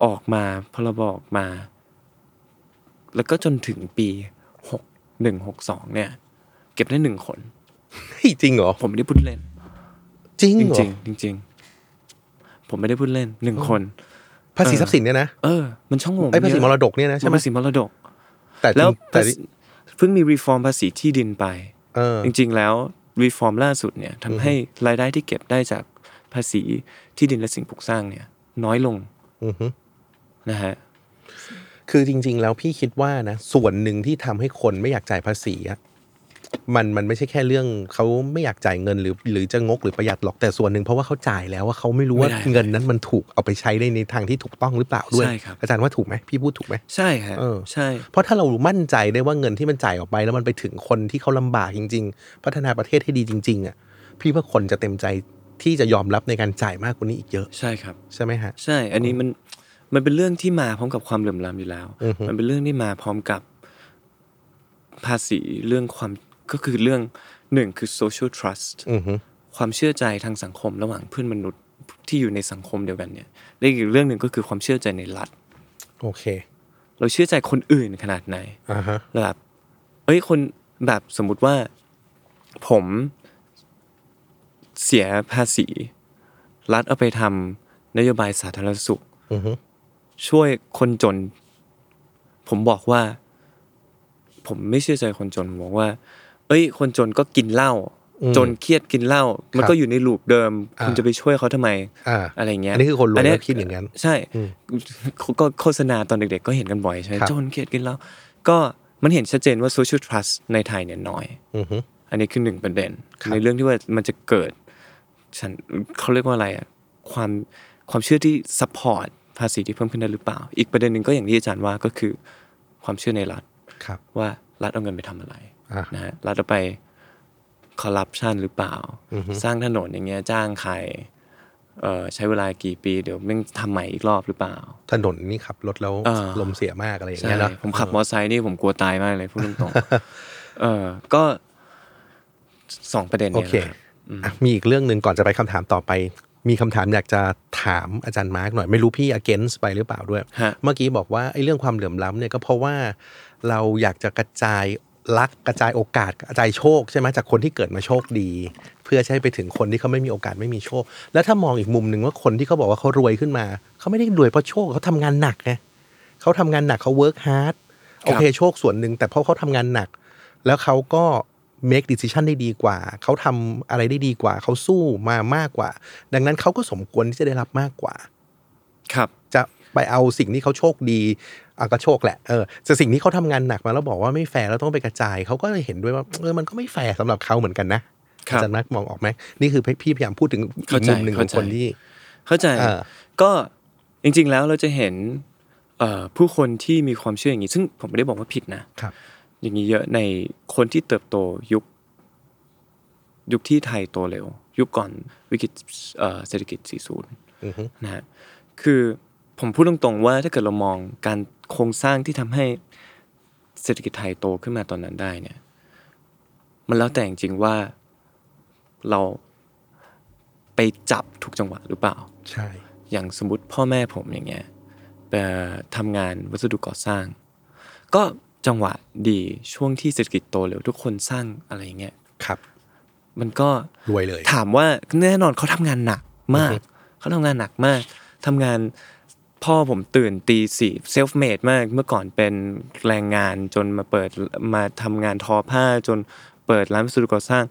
[SPEAKER 3] ออกมาพรบออกมา แล้วก็จนถึงปีหกหนึ่งหกสองเนี่ย เก็บได้หนึ่งคน
[SPEAKER 2] เฮ้ยจริงเหรอ
[SPEAKER 3] ผมไม่ได้พูดเล่น
[SPEAKER 2] จริง
[SPEAKER 3] จ
[SPEAKER 2] เหรอ
[SPEAKER 3] ริงๆจริงๆผมไม่ได้พูดเล่นหนึ่งคน
[SPEAKER 2] ภาษีทรัพย์สินเนี่ยนะ
[SPEAKER 3] เออ มันช่องโหว่
[SPEAKER 2] ไอ้ยภาษี
[SPEAKER 3] เยอะ
[SPEAKER 2] มรดกเนี่ยนะใช่ไหม
[SPEAKER 3] ภาษีมรดก
[SPEAKER 2] แต่จริง
[SPEAKER 3] แล้ว
[SPEAKER 2] แต่
[SPEAKER 3] ภาษีเพิ่งมีรีฟอร์มภาษีที่ดินไป
[SPEAKER 2] เออ
[SPEAKER 3] จริง ๆ แล้วรีฟอร์มล่าสุดเนี่ยทำให้รายได้ที่เก็บได้จากภาษีที่ดินและสิ่งปลูกสร้างเนี่ย น้อยลง
[SPEAKER 2] อือฮึ
[SPEAKER 3] นะฮะ
[SPEAKER 2] คือจริง ๆ แล้วพี่คิดว่านะส่วนหนึ่งที่ทำให้คนไม่อยากจ่ายภาษีอะมันมันไม่ใช่แค่เรื่องเขาไม่อยากจ่ายเงินหรือ หรือจะงกหรือประหยัดหรอกแต่ส่วนหนึ่งเพราะว่าเขาจ่ายแล้วว่าเขาไม่รู้ว่า
[SPEAKER 3] ไม่ได้
[SPEAKER 2] เงินนั้นมันถูกเอาไปใช้ได้ในทางที่ถูกต้องหรือเปล่าด้วย
[SPEAKER 3] ใช่ครับ
[SPEAKER 2] อาจารย์ว่าถูกไหมพี่พูดถูกไหม
[SPEAKER 3] ใช่ฮะ
[SPEAKER 2] เออ
[SPEAKER 3] ใช่
[SPEAKER 2] เพราะถ้าเรามั่นใจได้ว่าเงินที่มันจ่ายออกไป แล้วมันไปถึงคนที่เขาลำบากจริง ๆ พัฒนาประเทศให้ดีจริง ๆอ่ะพี่ว่าคนจะเต็มใจที่จะยอมรับในการจ่ายมากกว่านี้อีกเยอะ
[SPEAKER 3] ใช่ครับ
[SPEAKER 2] ใช่ไหมฮะ
[SPEAKER 3] ใช่ อันนี้มันมันเป็นเรื่องที่มาพร้อมกับความเหลื่อมล้ำอยู่แล้ว
[SPEAKER 2] อือฮึ
[SPEAKER 3] มันเป็นเรื่องที่มาพร้อมกับภาษีเรื่องความก็คือเรื่องหนึ่งคือ social trust
[SPEAKER 2] อือฮึ
[SPEAKER 3] ความเชื่อใจทางสังคมระหว่างเพื่อนมนุษย์ที่อยู่ในสังคมเดียวกันเนี่ยและอีกเรื่องหนึ่งก็คือความเชื่อใจในรัฐ
[SPEAKER 2] โอเค
[SPEAKER 3] เราเชื่อใจคนอื่นขนาดไหน
[SPEAKER 2] อ่าฮะ
[SPEAKER 3] แบบ เอ้ย คนแบบสมมุติว่าผมเสียภาษี รัฐเอาไปทำนโยบายสาธารณสุข
[SPEAKER 2] อือฮึ
[SPEAKER 3] ช่วยคนจน ผมบอกว่า ผมไม่เชื่อใจคนจนผมบอกว่า เอ้ย คนจนก็กินเหล้า
[SPEAKER 2] อืม
[SPEAKER 3] จนเครียดกินเหล้ามันก็อยู่ในลูปเดิม คุณ
[SPEAKER 2] อ่า
[SPEAKER 3] จะไปช่วยเขาทำไม
[SPEAKER 2] อ่า
[SPEAKER 3] อะไรเงี้ย
[SPEAKER 2] อันนี้คือคนรวย
[SPEAKER 3] เย
[SPEAKER 2] แล้วคิดอย่างนั้น
[SPEAKER 3] ใช่
[SPEAKER 2] อืม
[SPEAKER 3] เขาก็โฆษณาตอนเด็กๆ ก็เห็นกันบ่อยใช่ไหม
[SPEAKER 2] ครับ
[SPEAKER 3] จนเครียดกินแล้วก็มันเห็นชัดเจนว่า social trust ในไทยเนี่ยน้อย
[SPEAKER 2] อือฮึ
[SPEAKER 3] อันนี้คือหนึ่งประเด็น
[SPEAKER 2] ครับ
[SPEAKER 3] ในเรื่องที่ว่ามันจะเกิดฉันเขาเรียกว่าอะไรอ่ะความความเชื่อที่ support ภาษีที่เพิ่มขึ้นได้หรือเปล่า อีกประเด็นหนึ่งก็อย่างที่อาจารย์ว่าก็คือความเชื่อในรัฐ
[SPEAKER 2] ครับ
[SPEAKER 3] ว่ารัฐเอาเงินไปทำอะไร
[SPEAKER 2] อ่า
[SPEAKER 3] นะฮะรัฐเอาไปคอร์รัปชันหรือเปล่า
[SPEAKER 2] อือฮึ
[SPEAKER 3] สร้างถนนอย่างเงี้ยจ้างใครเอ่อใช้เวลากี่ปี เดี๋ยวแม่งทำใหม่อีกรอบหรือเปล่า
[SPEAKER 2] ถนนนี่ขับรถแล้ว
[SPEAKER 3] อ่า
[SPEAKER 2] ลมเสียมากอะไรอย่าง
[SPEAKER 3] ใช่
[SPEAKER 2] เงี้ยเนาะ
[SPEAKER 3] ผมขับมอเตอร์ไซค์นี่ผมกลัวตายมากเลยพูดตรงๆ เออก็สองประเด็น
[SPEAKER 2] โอ
[SPEAKER 3] เนี่ย
[SPEAKER 2] เค
[SPEAKER 3] นะครับ
[SPEAKER 2] อ่ะมีอีกเรื่องหนึ่งก่อนจะไปคำถามต่อไป มีคำถามอยากจะถามอาจารย์มาร์กหน่อย ไม่รู้พี่ against ไปหรือเปล่าด้วย
[SPEAKER 3] ฮะ
[SPEAKER 2] เมื่อกี้บอกว่าไอ้เรื่องความเหลื่อมล้ำเนี่ยก็เพราะว่าเราอยากจะกระจายรักกระจายโอกาสกระจายโชคใช่ไหมจากคนที่เกิดมาโชคดี เพื่อจะใช้ไปถึงคนที่เขาไม่มีโอกาสไม่มีโชค แล้วถ้ามองอีกมุมหนึ่งว่าคนที่เขาบอกว่าเขารวยขึ้นมาเขาไม่ได้รวยเพราะโชคเขาทำงานหนักไงเขาทำงานหนักเขา work hard โอเคโชคส่วนหนึ่งแต่เพราะเขาทำงานหนัก แล้วเขาก็ make decision ได้ดีกว่า เขาทำอะไรได้ดีกว่า เขาสู้มามากกว่า ดังนั้นเขาก็สมควรที่จะได้รับมากกว่า
[SPEAKER 3] ครับ
[SPEAKER 2] จะไปเอาสิ่งที่เขาโชคดีอาก็โชคแหละเออแต่สิ่งที่เขาทำงานหนักมาแล้วบอกว่าไม่แฟร์แล้วต้องไปกระจายเขาก็เลยเห็นด้วยว่าเออมันก็ไม่แฟร์สำหรับเขาเหมือนกันนะครับ อาจารย์นักมองออกไหมนี่คือพี่พยายามพูดถึงอีกมุมหนึ่งของ
[SPEAKER 3] เข้าใจ
[SPEAKER 2] คนที่
[SPEAKER 3] เข้าใจ
[SPEAKER 2] เออ
[SPEAKER 3] ก็จริง ๆ แล้วเราจะเห็นเอ่อผู้คนที่มีความเชื่ออย่างนี้ ซึ่งผมไม่ได้บอกว่าผิดนะ
[SPEAKER 2] ครับ
[SPEAKER 3] อย่างนี้เยอะในคนที่เติบโตยุค ยุคที่ไทยโตเร็ว ยุคก่อนวิกฤตเอ่อเศรษฐกิจ 40
[SPEAKER 2] อือฮึ
[SPEAKER 3] นะฮะคือผมพูดตรงๆว่าถ้าเกิดเรามองการโครงสร้างที่ทำให้เศรษฐกิจไทยโตขึ้นมาตอนนั้นได้เนี่ย มันแล้วแต่จริงๆว่าเราไปจับทุกจังหวะหรือเปล่า
[SPEAKER 2] ใช่
[SPEAKER 3] อย่างสมมติพ่อแม่ผมอย่างเงี้ยเอ่อทำงานวัสดุก่อสร้าง ก็จังหวะดีช่วงที่เศรษฐกิจโตเร็วทุกคนสร้างอะไรอย่างเงี้ย
[SPEAKER 2] ครับ
[SPEAKER 3] มันก็
[SPEAKER 2] รวยเลย
[SPEAKER 3] ถามว่าแน่นอนเขาทำงานหนักมาก เขาทำงานหนักมากทำงานพ่อผมตื่นตีสี่เซลฟ์เมดมากเมื่อก่อนเป็นแรงงานจนมาเปิดมาทำงานทอผ้าจนเปิดร้านวัสดุก่อสร้าง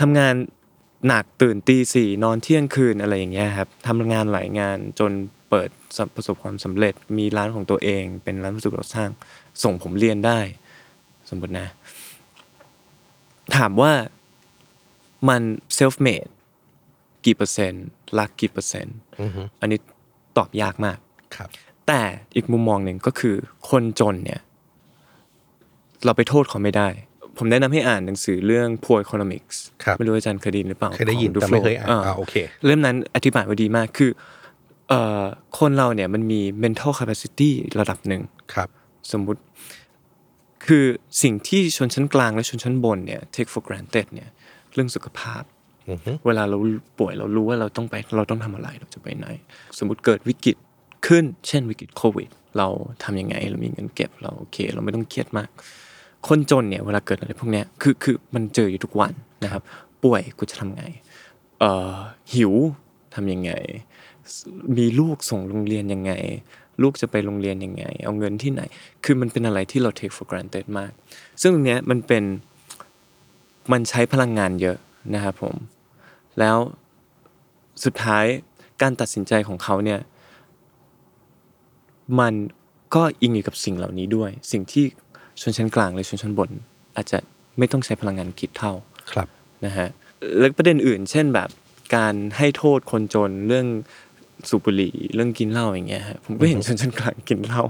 [SPEAKER 3] ทำงานหนักตื่นตีสี่นอนเที่ยงคืนอะไรอย่างเงี้ยครับทำงานหลายงานจนเปิดสำประสบความสำเร็จมีร้านของตัวเอง เป็นร้านวัสดุก่อสร้าง ส่งผมเรียนได้ สมมตินะ ถามว่ามันเซลฟ์เมดกี่เปอร์เซ็นต์รักกี่เปอร์เซ็นต์
[SPEAKER 2] อือฮึ
[SPEAKER 3] อันนี้ตอบยากมาก
[SPEAKER 2] ครับ
[SPEAKER 3] แต่อีกมุมมองหนึ่งก็คือคนจนเนี่ย เราไปโทษเขาไม่ได้ ผมแนะนำให้อ่านหนังสือเรื่อง Poor Economics
[SPEAKER 2] ครับ
[SPEAKER 3] ไม่รู้อาจารย์เคยได้ยินหรือเปล่า
[SPEAKER 2] เคยได้ยิน
[SPEAKER 3] ของ
[SPEAKER 2] แต่ไม่เคย
[SPEAKER 3] Duflo
[SPEAKER 2] อ่านอ่าโอเค
[SPEAKER 3] เรื่องนั้นอธิบายไว้ดีมากคือเอ่อคนเราเนี่ยมันมี mental capacity ระดับหนึ่ง
[SPEAKER 2] ครับ
[SPEAKER 3] สมมุติคือสิ่งที่ชนชั้นกลางและชนชั้นบนเนี่ย take for granted เนี่ยเรื่องสุขภาพ
[SPEAKER 2] อือฮึ
[SPEAKER 3] เวลาเราป่วยเรารู้ว่าเราต้องไปเราต้องทำอะไรเราจะไปไหน สมมติเกิดวิกฤตขึ้น เช่นวิกฤตโควิด เราทำยังไงเรามีเงินเก็บเราโอเค เราไม่ต้องเครียดมาก คนจนเนี่ยเวลาเกิดอะไรพวกเนี้ยคือคือมันเจออยู่ทุกวันนะครับ ป่วยกูจะทำไงเอ่อหิวทำยังไง มีลูกส่งโรงเรียนยังไง ลูกจะไปโรงเรียนยังไง เอาเงินที่ไหน คือมันเป็นอะไรที่เรา take for granted มาก ซึ่งตรงเนี้ยมันเป็นมันใช้พลังงานเยอะนะครับผม แล้วสุดท้ายการตัดสินใจของเขาเนี่ย มันก็อิงอยู่กับสิ่งเหล่านี้ด้วย สิ่งที่ชนชั้นกลางหรือชนชั้นบน อาจจะไม่ต้องใช้พลังงานคิดเท่า
[SPEAKER 2] ครับ
[SPEAKER 3] นะฮะแล้วประเด็นอื่น เช่นแบบการให้โทษคนจนเรื่องสูบบุหรี่เรื่องกินเหล้าอย่างเงี้ยฮะผมก็เห็นชนชั้นกลางกินเหล้า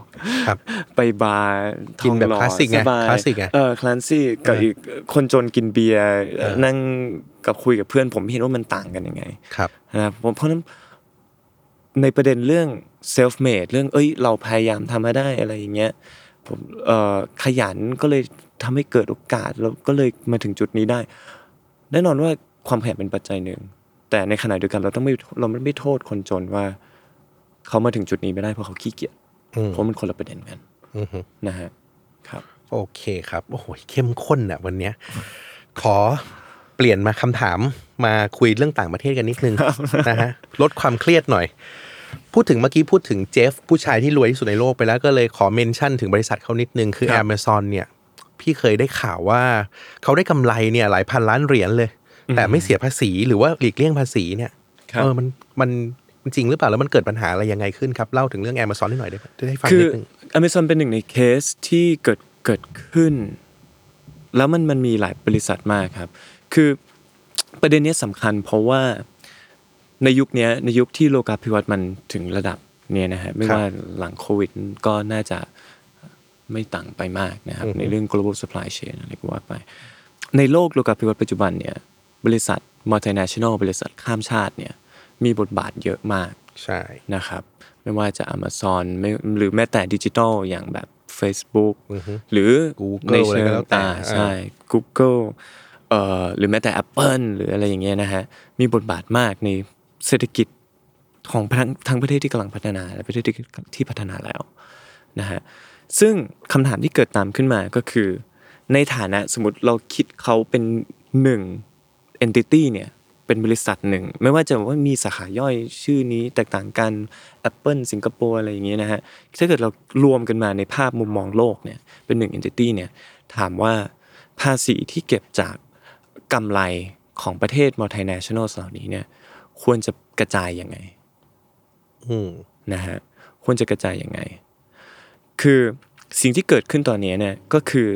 [SPEAKER 2] ครับ
[SPEAKER 3] ไปบาร์ท
[SPEAKER 2] กิน
[SPEAKER 3] อง
[SPEAKER 2] แบบ
[SPEAKER 3] หล่อ
[SPEAKER 2] คลาสสิกไง
[SPEAKER 3] สบาย
[SPEAKER 2] คลาสสิกไง
[SPEAKER 3] เออคลาสสิกกับ
[SPEAKER 2] เอออี
[SPEAKER 3] อีกคนจนกินเบียร์
[SPEAKER 2] เออ
[SPEAKER 3] นั่งกับคุยกับเพื่อนผมเห็นว่ามันต่างกันยังไง
[SPEAKER 2] ครับ
[SPEAKER 3] นะครับผมเพราะฉะนั้นในประเด็นเรื่อง self made เรื่องเอ้ย เราพยายามทำให้ได้อะไรอย่างเงี้ยผมเอ่อขยันก็เลยทำให้เกิดโอกาสแล้วก็เลยมาถึงจุดนี้ได้ แน่นอนว่าความขยันเป็นปัจจัยหนึ่ง แต่ในขณะเดียวกันเราต้องไม่เราไม่โทษคนจนว่า เขามาถึงจุดนี้ไม่ได้เพราะเขาขี้เกียจ
[SPEAKER 2] อืม
[SPEAKER 3] เพราะมันคนละประเด็นกัน
[SPEAKER 2] อือฮึ
[SPEAKER 3] นะฮะครับ
[SPEAKER 2] โอเคครับ โอ้โห เข้มข้นอ่ะวันเนี้ย ขอเปลี่ยนมาคำถามมาคุยเรื่องต่างประเทศกันนิดนึ ง นะฮะ ลดความเครียดหน่อย พูดถึงเมื่อกี้พูดถึงเจฟ ผู้ชายที่รวยที่สุดในโลกไปแล้วก็เลยขอเมนชั่นถึงบริษัทเขานิดนึง คือ
[SPEAKER 3] ครับ
[SPEAKER 2] Amazon เนี่ย พี่เคยได้ข่าวว่า เขาได้กำไรเนี่ยหลายพันล้านเหรียญเลย แต่ไม่เสียภาษีหรือว่าหลีกเลี่ยงภาษีเนี่ย
[SPEAKER 3] ครับ
[SPEAKER 2] เออ มันมันมันจริงหรือเปล่าแล้วมันเกิดปัญหาอะไรยังไงขึ้นครับ เล่าถึงเรื่อง Amazon นิดหน่อยได้ไหมจะได้ฟัง
[SPEAKER 3] คือ
[SPEAKER 2] นิดนึง
[SPEAKER 3] อเมซอนเป็นหนึ่งในเคสที่เกิดเกิดขึ้น แล้วมันมันมีหลายบริษัทมากครับ คือประเด็นเนี้ยสำคัญเพราะว่าในยุคเนี้ยในยุคที่โลกาภิวัตน์มันถึงระดับเนี้ยนะฮะไม่
[SPEAKER 2] ครับ
[SPEAKER 3] ว่าหลังโควิดก็น่าจะไม่ต่างไปมากนะครับ ในเรื่อง global supply chain อะไรก็ว่าไป ในโลกโลกาภิวัตน์ปัจจุบันเนี่ยบริษัท multinational บริษัทข้ามชาติเนี่ยมีบทบาทเยอะมาก
[SPEAKER 2] ใช่
[SPEAKER 3] นะครับไม่ว่าจะ Amazon ไม่หรือแม้แต่ดิจิทัลอย่างแบบ Facebook หรือ
[SPEAKER 2] Google
[SPEAKER 3] ในเชิ
[SPEAKER 2] อะไรก็
[SPEAKER 3] ง
[SPEAKER 2] แล้วแต่
[SPEAKER 3] อ่า
[SPEAKER 2] อ่า
[SPEAKER 3] ใช่ Google เอ่อหรือแม้แต่ Apple หรืออะไรอย่างเงี้ยนะฮะมีบทบาทมากในเศรษฐกิจของทั้งทั้งประเทศที่กำลังพัฒนาและประเทศที่ที่พัฒนาแล้วนะฮะซึ่งคำถามที่เกิดตามขึ้นมาก็คือ ในฐานะสมมติเราคิดเขาเป็นหนึ่ง entity เนี่ยเป็นบริษัทหนึ่ง ไม่ว่าจะว่ามีสาขาย่อยชื่อนี้แตกต่างกัน Apple สิงคโปร์อะไรอย่างเงี้ยนะฮะถ้าเกิดเรารวมกันมาในภาพมุมมองโลกเนี่ยเป็นหนึ่ง entity เนี่ยถามว่าภาษีที่เก็บจากกำไรของประเทศ multinational เหล่านี้เนี่ยควรจะกระจายยังไง
[SPEAKER 2] อืม
[SPEAKER 3] นะฮะควรจะกระจายยังไง คือสิ่งที่เกิดขึ้นตอนนี้เนี่ยก็คือ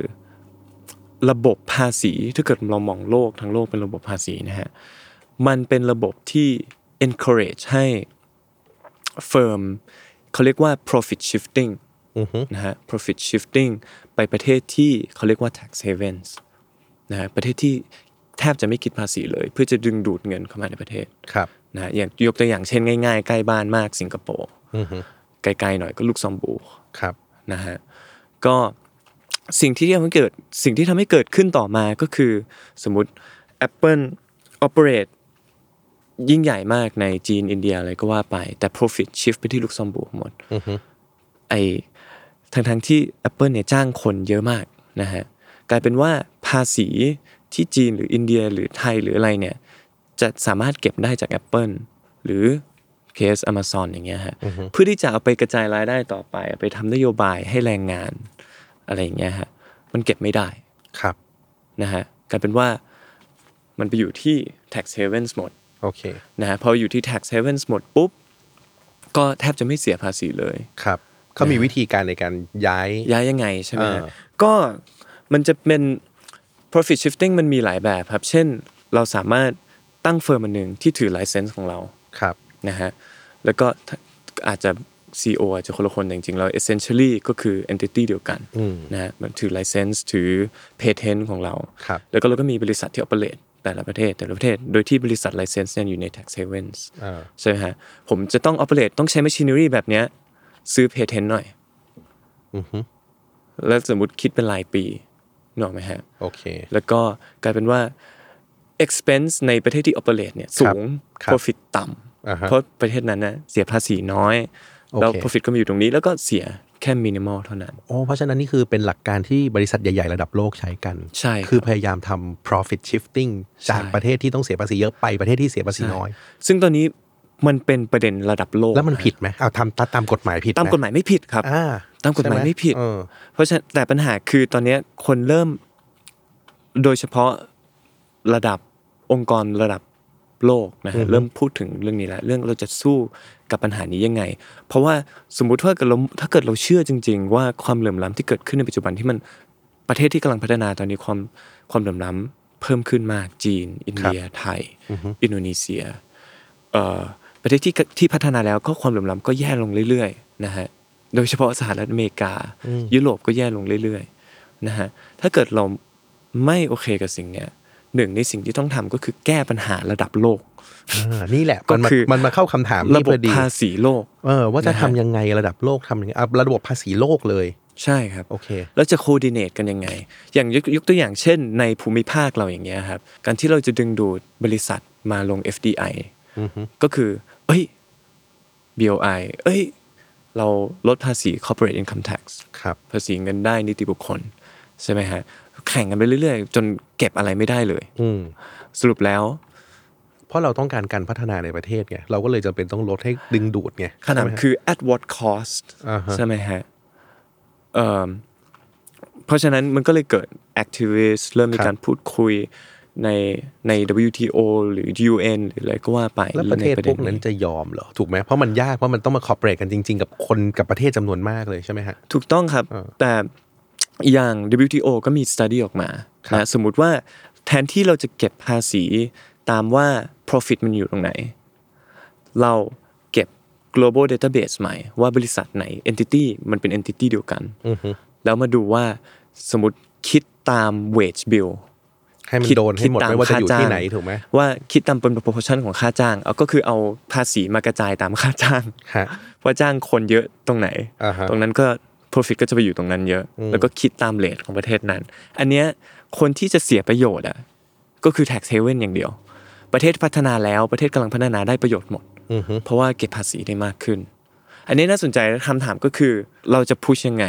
[SPEAKER 3] ระบบภาษีถ้าเกิดเรามองโลกทั้งโลกเป็นระบบภาษีนะฮะมันเป็นระบบที่ encourage ให้ firm เขาเรียกว่า profit shifting นะฮะ profit shifting ไปประเทศที่เขาเรียกว่า tax havens นะฮะประเทศที่แทบจะไม่คิดภาษีเลย เพื่อจะดึงดูดเงินเข้ามาในประเทศ
[SPEAKER 2] ครับ
[SPEAKER 3] นะฮะอย่างยกตัวอย่างเช่นง่ายๆ ใกล้บ้านมากสิงคโปร์ไกลๆหน่อยก็ลูกซอมบูร์ก
[SPEAKER 2] ครับ
[SPEAKER 3] นะฮะก็สิ่งที่ทำให้เกิดสิ่งที่ทำให้เกิดขึ้นต่อมาก็คือ สมมติ Apple operate ยิ่งใหญ่มากในจีนอินเดียอะไรก็ว่าไป แต่ profit shift ไปที่ลูกซอมบูร์กหมดไอทั้งๆที่ Apple เนี่ยจ้างคนเยอะมากนะฮะกลายเป็นว่าภาษีที่จีนหรืออินเดียหรือไทยหรืออะไรเนี่ย จะสามารถเก็บได้จาก Apple หรือเคส Amazon อย่างเงี้ยฮะเพื่อที่จะเอาไปกระจายรายได้ต่อไปเอาไปทำนโยบายให้แรงงานอะไรอย่างเงี้ยฮะมันเก็บไม่ได้
[SPEAKER 2] ครับ
[SPEAKER 3] นะฮะกลายเป็นว่ามันไปอยู่ที่ tax havens หมด
[SPEAKER 2] โอเค
[SPEAKER 3] นะฮะพออยู่ที่ tax havens หมดปุ๊บ ก็แทบจะไม่เสียภาษีเลย
[SPEAKER 2] ครับเขามีวิธีการในการย้าย
[SPEAKER 3] ย้ายยังไงใช่ไหมฮะ
[SPEAKER 2] อ่า
[SPEAKER 3] ก็มันจะเป็น profit shifting มันมีหลายแบบครับ เช่นเราสามารถตั้งเฟิร์มอันหนึ่งที่ถือ license ของเรา
[SPEAKER 2] ครับ
[SPEAKER 3] นะฮะแล้วก็ถ้าอาจจะ CEO อาจจะคนละคนแต่จริงๆแล้ว essentially ก็คือ entity เดียวกันนะฮะมันถือ license ถือ patent ของเรา
[SPEAKER 2] ครับ
[SPEAKER 3] แล้วก็เราก็มีบริษัทที่ operate แต่ละประเทศแต่ละประเทศ โดยที่บริษัท license เนี่ยอยู่ใน tax havens
[SPEAKER 2] เออ
[SPEAKER 3] ใช่ไหมฮะผมจะต้อง operate ต้องใช้ machinery แบบเนี้ยซื้อ patent หน่อย แล้วสมมติคิดเป็นรายปีนึกออกไหมฮะ
[SPEAKER 2] โอเค
[SPEAKER 3] แล้วก็กลายเป็นว่า expense ในประเทศที่ operate เนี่ยสูง
[SPEAKER 2] ครับ
[SPEAKER 3] profit ต่
[SPEAKER 2] อ่าฮะ
[SPEAKER 3] ำเพราะประเทศนั้นนะเสียภาษีน้อย
[SPEAKER 2] โอ
[SPEAKER 3] แล้ว
[SPEAKER 2] เค
[SPEAKER 3] profit ก็มาอยู่ตรงนี้แล้วก็เสียแค่ minimal เท่านั้น
[SPEAKER 2] โอ้เพราะฉะนั้นนี่คือเป็นหลักการที่บริษัทใหญ่ ๆ ระดับโลกใช้กัน
[SPEAKER 3] ใช่ครับ
[SPEAKER 2] คือพยายามทำ profit shifting จาก
[SPEAKER 3] ใช่
[SPEAKER 2] ประเทศที่ต้องเสียภาษีเยอะไปประเทศที่เสียภาษีน้อย
[SPEAKER 3] ซึ่งตอนนี้มันเป็นประเด็นระดับโลก
[SPEAKER 2] แล้วมันผิดไหมเอาทำตามตามกฎหมายผิด
[SPEAKER 3] ตามกฎหมายไม่ผิดครับ
[SPEAKER 2] อ่า
[SPEAKER 3] ตามกฎหมาย
[SPEAKER 2] ใช่
[SPEAKER 3] ไม่ผิด
[SPEAKER 2] เออ
[SPEAKER 3] เพราะฉะนั้นแต่ปัญหาคือตอนเนี้ยคนเริ่มโดยเฉพาะระดับองค์กรระดับโลกนะ
[SPEAKER 2] อือ
[SPEAKER 3] ฮะ
[SPEAKER 2] ฮึ
[SPEAKER 3] เริ่มพูดถึงเรื่องนี้แล้วเรื่องเราจะสู้กับปัญหานี้ยังไง เพราะว่าสมมุติว่าเกิดเราถ้าเกิดเราเชื่อจริง ๆ ว่าความเหลื่อมล้ำที่เกิดขึ้นในปัจจุบันที่มันประเทศที่กำลังพัฒนาตอนนี้ความความเหลื่อมล้ำเพิ่มขึ้นมากจีน อินเดียไทย อินโดนีเซีย เอ่อประเทศที่กที่พัฒนาแล้วก็ความเหลื่อมล้ำก็แย่ลงเรื่อยๆนะฮะโดยเฉพาะสหรัฐอเมริกา ยุโรปก็แย่ลงเรื่อยๆนะฮะถ้าเกิดเราไม่โอเคกับสิ่งเนี้ยหนึ่งในสิ่งที่ต้องทำก็คือแก้ปัญหาระดับโลก
[SPEAKER 2] อ่านี่แหละ
[SPEAKER 3] ก็
[SPEAKER 2] มันมา
[SPEAKER 3] คือ
[SPEAKER 2] มันมาเข้าคำถาม
[SPEAKER 3] ระ
[SPEAKER 2] นี่
[SPEAKER 3] บ
[SPEAKER 2] พ
[SPEAKER 3] บ
[SPEAKER 2] อดี
[SPEAKER 3] ภาษีโลก
[SPEAKER 2] เออว่าจะ
[SPEAKER 3] นะฮะ
[SPEAKER 2] ทำยังไงระดับโลกทำยังไงอ่ะระบบภาษีโลกเลย
[SPEAKER 3] ใช่ครับ
[SPEAKER 2] โอเค
[SPEAKER 3] แล้วจะโคดิเนตกันยังไง อย่างยกยกตัวอย่างเช่น ในภูมิภาคเราอย่างเงี้ยครับ การที่เราจะดึงดูดบริษัทมาลง FDI ก็คือ เอ้ย BOI เอ้ย เราลดภาษี corporate income tax
[SPEAKER 2] ครับ
[SPEAKER 3] ภาษีเงินได้นิติบุคคล ใช่ไหมฮะ แข่งกันไปเรื่อยๆ จนเก็บอะไรไม่ได้เลย
[SPEAKER 2] อืม
[SPEAKER 3] สรุปแล้ว
[SPEAKER 2] เพราะเราต้องการการพัฒนาในประเทศไงเราก็เลยจำเป็นต้องลดให้ดึงดูดไง
[SPEAKER 3] ขนาดคือ at what cost
[SPEAKER 2] อ่าฮะ
[SPEAKER 3] ใช่ไหมฮะเอิ่มเพราะฉะนั้นมันก็เลยเกิด activist เริ่มมีการพูดคุยในใน WTO หรือ UN หรืออะไรก็ว่าไป
[SPEAKER 2] แล้วประเทศ
[SPEAKER 3] ใ
[SPEAKER 2] พวกนั้นจะยอมเหรอ ถูกไหมเพราะมันยากเพราะมันต้องมาคอ p เปร e กันจริง ๆ กับคนกับประเทศจำนวนมากเลยใช่ไหมฮะ
[SPEAKER 3] ถูกต้องครับ
[SPEAKER 2] เออ
[SPEAKER 3] แต่อย่าง WTO ก็มี study ออกมา
[SPEAKER 2] ครับ
[SPEAKER 3] นะสมมุติว่าแทนที่เราจะเก็บภาษีตามว่า profit มันอยู่ตรงไหน เราเก็บ global database ใหม่ว่าบริษัทไหน entity มันเป็น entity เดียวกัน แล้วมาดูว่าสมมติคิดตาม wage bill
[SPEAKER 2] ให้มัน
[SPEAKER 3] คิด
[SPEAKER 2] โดนให้หมด
[SPEAKER 3] คิต
[SPEAKER 2] ไม่ว่าจะอยู่
[SPEAKER 3] ค่
[SPEAKER 2] ที่ไหนถูกไหม
[SPEAKER 3] ว่าคิดตามเป็น proportion ของค่าจ้าง เอาก็คือเอาภาษีมากระจายตามค่าจ้าง
[SPEAKER 2] ฮะ
[SPEAKER 3] ว่าจ้างคนเยอะตรงไหน
[SPEAKER 2] อ่าฮะ
[SPEAKER 3] ตรงนั้นก็ profit ก็จะไปอยู่ตรงนั้นเยอะ แล้วก็คิดตามเลทของประเทศนั้น อันเนี้ยคนที่จะเสียประโยชน์อ่ะก็คือ tax haven อย่างเดียว ประเทศพัฒนาแล้วประเทศกำลังพัฒนาได้ประโยชน์หมด เพราะว่าเก็บภาษีได้มากขึ้น อันนี้น่าสนใจและคำถามก็คือเราจะพูชยังไง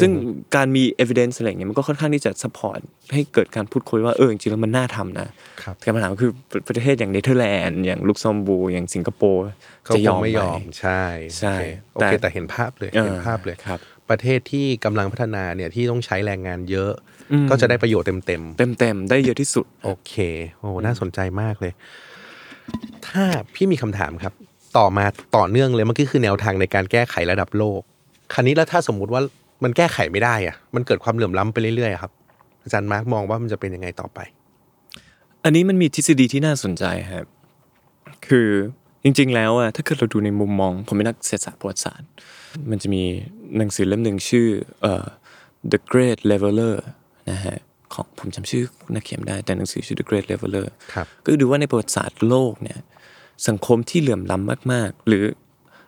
[SPEAKER 3] ซึ่งการมี evidence อะไรอย่างเงี้ยมันก็ค่อนข้างที่จะ support ให้เกิดการพูดคุยว่าเออจริงๆแล้วมันน่าทำนะครับ แต่คำถามก็คือประเทศอย่างเนเธอร์แลนด์อย่างลุกเซมบูร์อย่างสิงคโปร์
[SPEAKER 2] เขา
[SPEAKER 3] จะย
[SPEAKER 2] ค
[SPEAKER 3] อง ม
[SPEAKER 2] ไม่ยอม
[SPEAKER 3] ไห
[SPEAKER 2] ใช่
[SPEAKER 3] ใช่
[SPEAKER 2] โอเคโอเค
[SPEAKER 3] แต่
[SPEAKER 2] แต่เห็นภาพเลย
[SPEAKER 3] เออ
[SPEAKER 2] เห็นภาพเลย
[SPEAKER 3] ครับ
[SPEAKER 2] ประเทศที่กำลังพัฒนาเนี่ยที่ต้องใช้แรงงานเยอะ ก็จะได้ประโยชน์เต็มๆ
[SPEAKER 3] เต็มๆ ได้เยอะที่สุด
[SPEAKER 2] โอเค โอ้ น่าสนใจมากเลย ถ้าพี่มีคำถามครับ ต่อมาต่อเนื่องเลยเมื่อกี้คือแนวทางในการแก้ไขระดับโลก คราวนี้แล้วถ้าสมมุติว่ามันแก้ไขไม่ได้อะมันเกิดความเหลื่อมล้ำไปเรื่อยๆอะครับ อาจารย์มาร์กมองว่ามันจะเป็นยังไงต่อไป
[SPEAKER 3] อันนี้มันมีทฤษฎีที่น่าสนใจครับ คือจริงๆ แล้วอะถ้าเกิดเราดูในมุมมอง ผมเป็นนักเศรษฐศาสตร์ประวัติศาสตร์ มันจะมีหนังสือเล่มหนึ่งชื่อเอ่อ The Great Leveler นะฮะของผมจำชื่อนักเขียนไม่ได้ แต่หนังสือชื่อ The Great Leveler
[SPEAKER 2] ครับ
[SPEAKER 3] ก็ดูว่าในประวัติศาสตร์โลกเนี่ย สังคมที่เหลื่อมล้ำมาก ๆ หรือ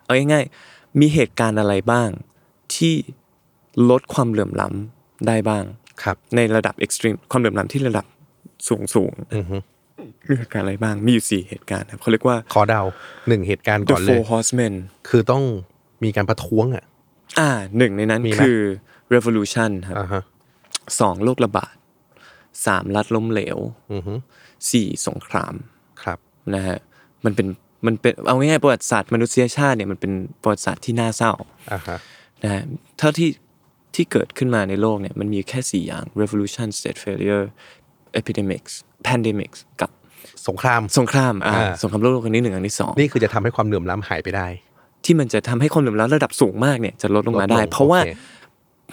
[SPEAKER 3] เอาง่ายๆมีเหตุการณ์อะไรบ้างที่ลดความเหลื่อมล้ำได้บ้าง
[SPEAKER 2] ครับ
[SPEAKER 3] ในระดับเอ็กซ์ตรีมความเหลื่อมล้ำที่ระดับสูงสูงๆมีเหตุการณ์อะไรบ้าง มีอยู่สี่เหตุการณ์ครับเขาเรียกว่า
[SPEAKER 2] ขอเดาหนึ่งเหตุการณ์
[SPEAKER 3] the
[SPEAKER 2] ก่อนเลย
[SPEAKER 3] four horsemen
[SPEAKER 2] คือต้องมีการประท้วงอ่ะ
[SPEAKER 3] อ่าหนึ่งในนั้น
[SPEAKER 2] มีไหม
[SPEAKER 3] คือ revolution ครับ
[SPEAKER 2] อ่าฮะ
[SPEAKER 3] สองโรคระบาดสามรัฐล้มเหลว
[SPEAKER 2] อือฮึ
[SPEAKER 3] สี่สงคราม
[SPEAKER 2] ครับ
[SPEAKER 3] นะฮะมันเป็นมันเป็นเอาง่ายๆประวัติศาสตร์มนุษยชาติเนี่ยมันเป็นประวัติศาสตร์ที่น่าเศร้า
[SPEAKER 2] อ่าฮะ
[SPEAKER 3] นะฮะเท่าที่ที่เกิดขึ้นมาในโลกเนี่ยมันมีแค่สี่อย่าง revolution state failure epidemics pandemics กับ
[SPEAKER 2] สงคราม
[SPEAKER 3] สงครามอ่า
[SPEAKER 2] อ่า
[SPEAKER 3] สงครามโลกครั้งที่หนึ่งครั้งที่สอง
[SPEAKER 2] นี่คือจะทำให้ความเหลื่อมล้ำหายไปได้
[SPEAKER 3] ที่มันจะทำให้ความเหลื่อมล้ำระดับสูงมากเนี่ยจะลดลงมาได้
[SPEAKER 2] ลดลง
[SPEAKER 3] เพราะว่า
[SPEAKER 2] โอค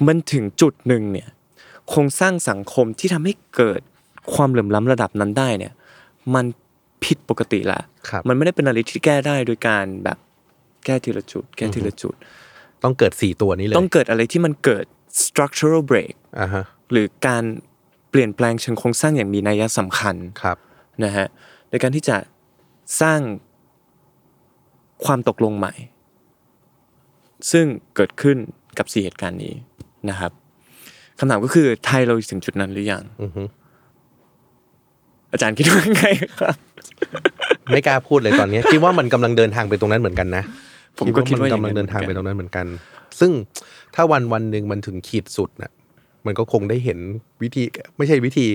[SPEAKER 3] มันถึงจุดหนึ่งเนี่ยโครงสร้างสังคมที่ทำให้เกิดความเหลื่อมล้ำระดับนั้นได้เนี่ยมันผิดปกติละ
[SPEAKER 2] ครับ
[SPEAKER 3] มันไม่ได้เป็นอะไรที่แก้ได้โดยการแบบแก้ทีละจุด แก้ทีละจุด
[SPEAKER 2] ต้องเกิดสี่ตัวนี้เลย
[SPEAKER 3] ต้องเกิดอะไรที่มันเกิด structural break
[SPEAKER 2] อ่าฮะ
[SPEAKER 3] หรือการเปลี่ยนแปลงเชิงโครงสร้างอย่างมีนัยสำคัญ
[SPEAKER 2] ครับ
[SPEAKER 3] นะฮะในการที่จะสร้างความตกลงใหม่ ซึ่งเกิดขึ้นกับสี่เหตุการณ์นี้นะครับคำถามก็คือไทยเราถึงจุดนั้นหรือยัง
[SPEAKER 2] อือฮึ
[SPEAKER 3] อาจารย์คิดว่าไงครับ
[SPEAKER 2] ไม่กล้าพูดเลยตอนนี้คิดว่ามันกำลังเดินทางไปตรงนั้นเหมือนกันนะ
[SPEAKER 3] ผมก็คิดว่าอย่าก
[SPEAKER 2] ำลัง
[SPEAKER 3] นั้น
[SPEAKER 2] เดินทาง
[SPEAKER 3] ห
[SPEAKER 2] ไป
[SPEAKER 3] มือ
[SPEAKER 2] ต
[SPEAKER 3] กั
[SPEAKER 2] รงนั้นเหมือนกัน ซึ่งถ้าวันวันหนึ่งมันถึงขีดสุดน่ะมันก็คงได้เห็นวิธีไม่ใช่วิธี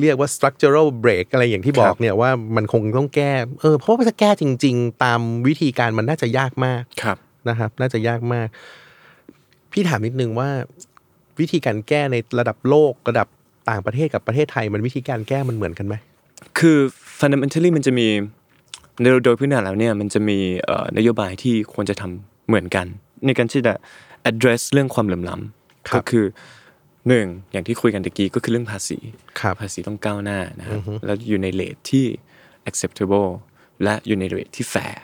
[SPEAKER 2] เรียกว่า structural break อะไรอย่างที่บอกเนี่ยว่ามันคงต้องแก้เออเพราะว่าจะแก้จริง ๆ ตามวิธีการมันน่าจะยากมาก
[SPEAKER 3] ครับ
[SPEAKER 2] นะครับน่าจะยากมาก พี่ถามนิดนึงว่า วิธีการแก้ในระดับโลกระดับต่างประเทศกับประเทศไทย มันวิธีการแก้มันเหมือนกันไหม
[SPEAKER 3] คือ fundamentally มันจะมีในโดยพื้นฐานแล้วเนี่ยมันจะมีเอ่อนโยบายที่ควรจะทำเหมือนกัน ในการที่จะ address เรื่องความเหลื่อมล้ำก็คือหนึ่งอย่างที่คุยกันตะกี้ก็คือเรื่องภาษี
[SPEAKER 2] ครับ
[SPEAKER 3] ภาษีต้องก้าวหน้านะครับแล้วอยู่ในเลทที่ acceptable และอยู่ในเลทที่ fair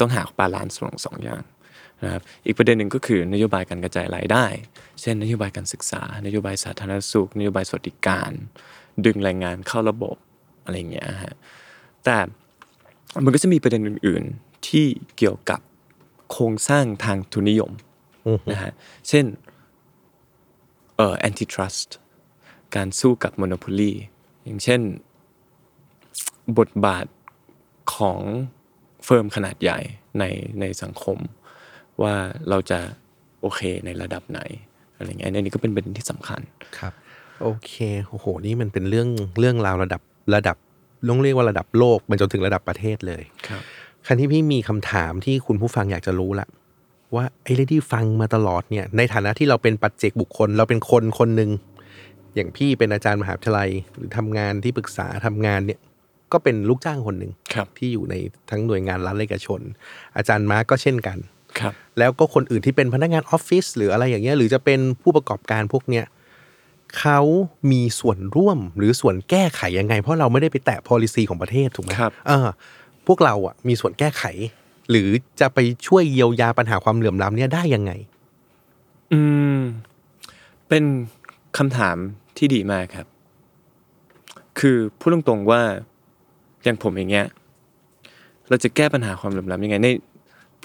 [SPEAKER 3] ต้องหาบาลานซ์ของสองอย่างนะครับอีกประเด็นหนึ่งก็คือนโยบายการกระจายรายได้ เช่นนโยบายการศึกษา นโยบายสาธารณสุข นโยบายสวัสดิการ ดึงแรงงานเข้าระบบอะไรอย่างเงี้ยฮะแต่มันก็จะมีประเด็นอื่น ๆ ที่เกี่ยวกับโครงสร้างทางทุนนิยมนะฮะเช่นเอ่อ antitrust การสู้กับ Monopoly อย่างเช่น บทบาทของเฟิร์มขนาดใหญ่ในในสังคม ว่าเราจะโอเคในระดับไหนอะไรเงี้ยอันนี้ก็เป็นประเด็นที่สำคัญ
[SPEAKER 2] ครับ โอเคโอ้โหนี่มันเป็นเรื่องเรื่องราวระดับระดับต้องเรียกว่าระดับโลกมันจนถึงระดับประเทศเลย
[SPEAKER 3] ครับ
[SPEAKER 2] ครั้ที่พี่มีคำถามที่คุณผู้ฟังอยากจะรู้ละว่าไอ้เรื่องที่ฟังมาตลอดเนี่ย ในฐานะที่เราเป็นปัจเจกบุคคล เราเป็นคนคนหนึ่งอย่างพี่เป็นอาจารย์มหาวิทยาลัยหรือทำงานที่ปรึกษาทำงานเนี่ย ก็เป็นลูกจ้างคนหนึ่ง
[SPEAKER 3] ครับ
[SPEAKER 2] ที่อยู่ในทั้งหน่วยงานรัฐและเอกชน อาจารย์มาร์กก็เช่นกัน
[SPEAKER 3] ครับ
[SPEAKER 2] แล้วก็คนอื่นที่เป็นพนักงานออฟฟิศหรืออะไรอย่างเงี้ยหรือจะเป็นผู้ประกอบการพวกเนี้ยเขามีส่วนร่วมหรือส่วนแก้ไขยังไง เพราะเราไม่ได้ไปแตะ policy ของประเทศถูกไหม
[SPEAKER 3] ครับ
[SPEAKER 2] เออพวกเราอ่ะมีส่วนแก้ไข หรือจะไปช่วยเยียวยาปัญหาความเหลื่อมล้ำเนี่ยได้ยังไง
[SPEAKER 3] อืม เป็นคำถามที่ดีมากครับ คือพูดตรงๆว่าอย่างผมอย่างเงี้ย เราจะแก้ปัญหาความเหลื่อมล้ำยังไงใน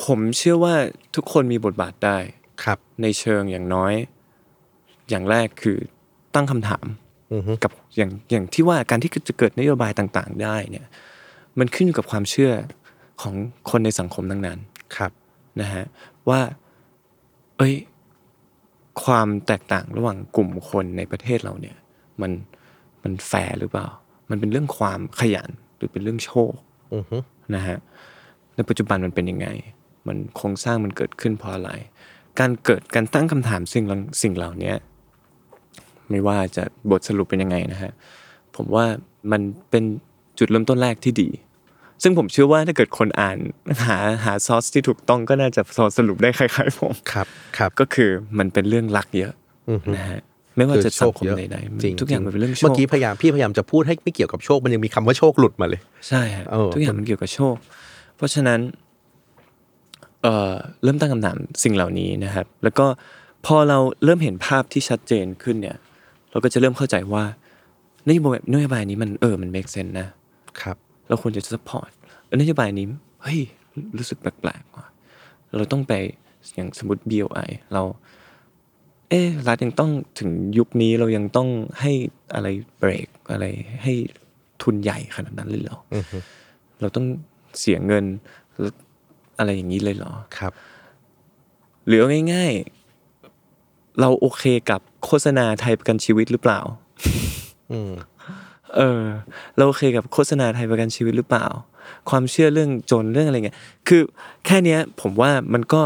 [SPEAKER 3] ผมเชื่อว่าทุกคนมีบทบาทได้
[SPEAKER 2] ครับ
[SPEAKER 3] ในเชิงอย่างน้อย อย่างแรกคือตั้งคำถาม
[SPEAKER 2] อือฮึ
[SPEAKER 3] กับอย่างอย่างที่ว่าการที่จะเกิดนโยบายต่างๆ ได้เนี่ย มันขึ้นอยู่กับความเชื่อของคนในสังคมทั้งนั้น
[SPEAKER 2] ครับ
[SPEAKER 3] นะฮะว่า เอ้ย ความแตกต่างระหว่างกลุ่มคนในประเทศเราเนี่ย มันมันแฟร์หรือเปล่า มันเป็นเรื่องความขยันหรือเป็นเรื่องโชคนะฮะในปัจจุบันมันเป็นยังไง มันโครงสร้างมันเกิดขึ้นเพราะอะไร การเกิดการตั้งคำถามสิ่งเหล่าสิ่งเหล่านี้ไม่ว่าจะบทสรุปเป็นยังไงนะฮะผมว่ามันเป็นจุดเริ่มต้นแรกที่ดี ซึ่งผมเชื่อว่าถ้าเกิดคนอ่าน หาหาซอสที่ถูกต้องก็น่าจะสรุปได้คล้ายๆผม
[SPEAKER 2] ครับ ครับ
[SPEAKER 3] ก็คือมันเป็นเรื่องรักเยอะนะฮะไม่ว่าจะสังคมใดๆมัน
[SPEAKER 2] จริง
[SPEAKER 3] ทุกอย่างมันเป็นเรื่องโชค
[SPEAKER 2] เมื่อกี้พยายามพี่พยายามจะพูดให้ไม่เกี่ยวกับโชค มันยังมีคำว่าโชคหลุดมาเลย
[SPEAKER 3] ใช่ฮะ
[SPEAKER 2] เออ
[SPEAKER 3] ทุกอย่างมันเกี่ยวกับโชค เพราะฉะนั้นเอ่อเริ่มตั้งคำถามสิ่งเหล่านี้นะครับ แล้วก็พอเราเริ่มเห็นภาพที่ชัดเจนขึ้นเนี่ย เราก็จะเริ่มเข้าใจว่านโยบายนโยบายนี้มันเออมัน make sense นะ
[SPEAKER 2] ครับ
[SPEAKER 3] เราควรจะ support นโยบายนี้ เฮ้ย รู้สึกแปลกๆว่ะเราต้องไปอย่างสมมติ BOI เรา เอ๊ะรัฐยังต้องถึงยุคนี้เรายังต้องให้อะไรเบรกอะไรให้ทุนใหญ่ขนาดนั้นเลยเหรออเราต้องเสียเงินแล้วอะไรอย่างนี้เลยเหรอ
[SPEAKER 2] ครับ
[SPEAKER 3] หรือเอาง่ายๆ เราโอเคกับโฆษณาไทยประกันชีวิตหรือเปล่า
[SPEAKER 2] อืม
[SPEAKER 3] เออเราโอเคกับโฆษณาไทยประกันชีวิตหรือเปล่า ความเชื่อเรื่องจนเรื่องอะไรเงี้ยคือแค่เนี้ยผมว่ามันก็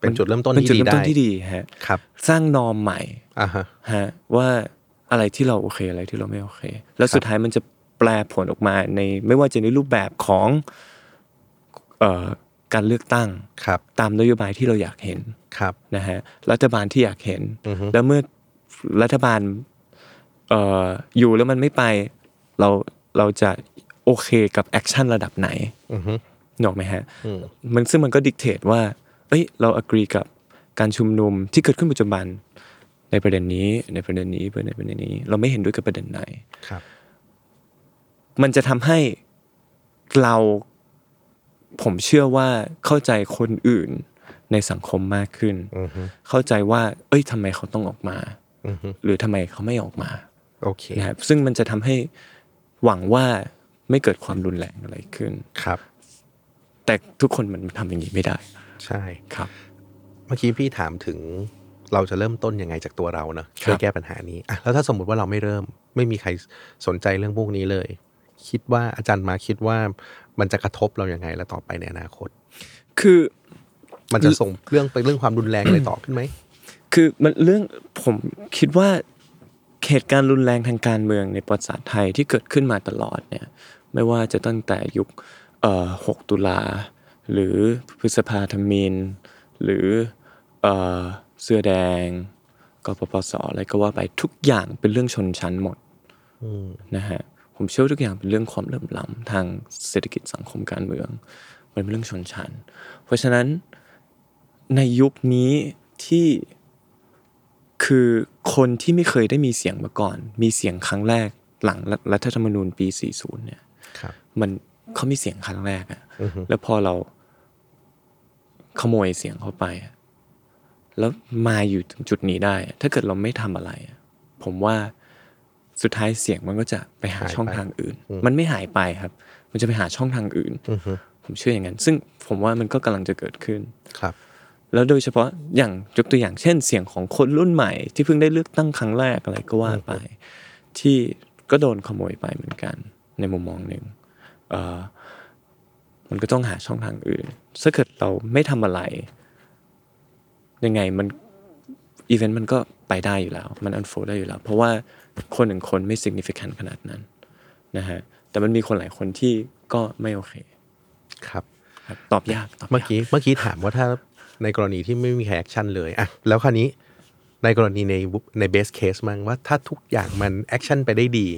[SPEAKER 2] เป็นจุดเริ่มต้น
[SPEAKER 3] เป็นจุด
[SPEAKER 2] ที่ดี
[SPEAKER 3] เริ่มต้น
[SPEAKER 2] ได้
[SPEAKER 3] ที่ดีฮะ
[SPEAKER 2] ครับ
[SPEAKER 3] สร้างนอมใหม่
[SPEAKER 2] อ่าฮะ
[SPEAKER 3] ฮะว่าอะไรที่เราโอเคอะไรที่เราไม่โอเค แล้วสุดท้ายมันจะแปลผลออกมาในไม่ว่าจะในรูปแบบของเอ่อการเลือกตั้ง
[SPEAKER 2] ครับ
[SPEAKER 3] ตามนโยบายที่เราอยากเห็น
[SPEAKER 2] ครับ
[SPEAKER 3] นะฮะรัฐบาลที่อยากเห็น แล้วเมื่อรัฐบาลเอ่ออยู่แล้วมันไม่ไปเราเราจะโอเคกับแอคชั่นระดับไหนนกออกไหมฮะมันซึ่งมันก็ดิกเตทว่า เอ้ยเราอกรีกับการชุมนุมที่เกิดขึ้นปัจจุบันในประเด็นนี้ในประเด็นนี้ในประเด็นนี้ เราไม่เห็นด้วยกับประเด็นไหน
[SPEAKER 2] ครับ
[SPEAKER 3] มันจะทำให้เราผมเชื่อว่าเข้าใจคนอื่นในสังคมมากขึ้น เข้าใจว่า เอ้ยทำไมเขาต้องออกมา หรือทำไมเขาไม่ออกมา
[SPEAKER 2] โอเค
[SPEAKER 3] นะครับซึ่งมันจะทำให้หวังว่าไม่เกิดความรุนแรงอะไรขึ้น
[SPEAKER 2] ครับ
[SPEAKER 3] แต่ทุกคนมันทำอย่างนี้ไม่ได้
[SPEAKER 2] ใช่
[SPEAKER 3] ครับ
[SPEAKER 2] เมื่อกี้พี่ถามถึงเราจะเริ่มต้นยังไงจากตัวเราเนอะ
[SPEAKER 3] ครับ
[SPEAKER 2] ช่วยแก้ปัญหานี้อ่ะแล้วถ้าสมมติว่าเราไม่เริ่ม ไม่มีใครสนใจเรื่องพวกนี้เลย คิดว่าอาจารย์มาคิดว่ามันจะกระทบเรายังไงและต่อไปในอนาคต
[SPEAKER 3] คือ
[SPEAKER 2] มันจะส่งเรื่องไปเรื่องความรุนแรงอะไรต่อขึ้นไหม
[SPEAKER 3] คือมันเรื่องผมคิดว่าเหตุการณ์รุนแรงทางการเมืองในประวัติศาสตร์ไทยที่เกิดขึ้นมาตลอดเนี่ยไม่ว่าจะตั้งแต่ยุคเอ่อ6ตุลา หรือพฤษภาธมิน หรือเอ่อเสื้อแดงกปปสอะไรก็ว่าไปทุกอย่างเป็นเรื่องชนชั้นหมดนะฮะผมเชื่อว่าทุกอย่างเป็นเรื่องความเหลื่อมล้ำทางเศรษฐกิจสังคมการเมือง มันเป็นเรื่องชนชั้น เพราะฉะนั้นในยุคนี้ที่ คือคนที่ไม่เคยได้มีเสียงมาก่อน มีเสียงครั้งแรกหลังรัฐรัฐธรรมนูญปี 40 เนี่ย
[SPEAKER 2] ครับ
[SPEAKER 3] มันเขามีเสียงครั้งแรกอะแล้วพอเราขโมยเสียงเขาไปอะแล้วมาอยู่ถึงจุดนี้ได้อะถ้าเกิดเราไม่ทำอะไรอะผมว่าสุดท้ายเสียงมันก็จะไปหาช่องทางอื่น มันไม่หายไปครับ มันจะไปหาช่องทางอื่นผมเชื่ออย่างนั้น ซึ่งผมว่ามันก็กำลังจะเกิดขึ้น
[SPEAKER 2] ครับ
[SPEAKER 3] แล้วโดยเฉพาะอย่างยกตัวอย่างเช่นเสียงของคนรุ่นใหม่ ที่เพิ่งได้เลือกตั้งครั้งแรกอะไรก็ว่าไป ที่ก็โดนขโมยไปเหมือนกัน ในมุมมองหนึ่งเอ่อมันก็ต้องหาช่องทางอื่น ถ้าเกิดเราไม่ทำอะไร ยังไงมันอีเวนต์มันก็ไปได้อยู่แล้ว มันอันโฟได้อยู่แล้ว เพราะว่าคนหนึ่งคนไม่ significant ขนาดนั้นนะฮะแต่มันมีคนหลายคนที่ก็ไม่โอเค
[SPEAKER 2] ครับ
[SPEAKER 3] ครับตอบยากตอบยา
[SPEAKER 2] เมื่อกี้ เมื่อกี้ถามว่าถ้าในกรณีที่ไม่มีแอคชั่นเลยอะแล้วคราวนี้ในกรณีในในเบสเคสมั้งว่าถ้าทุกอย่างมันแอคชั่นไปได้ดี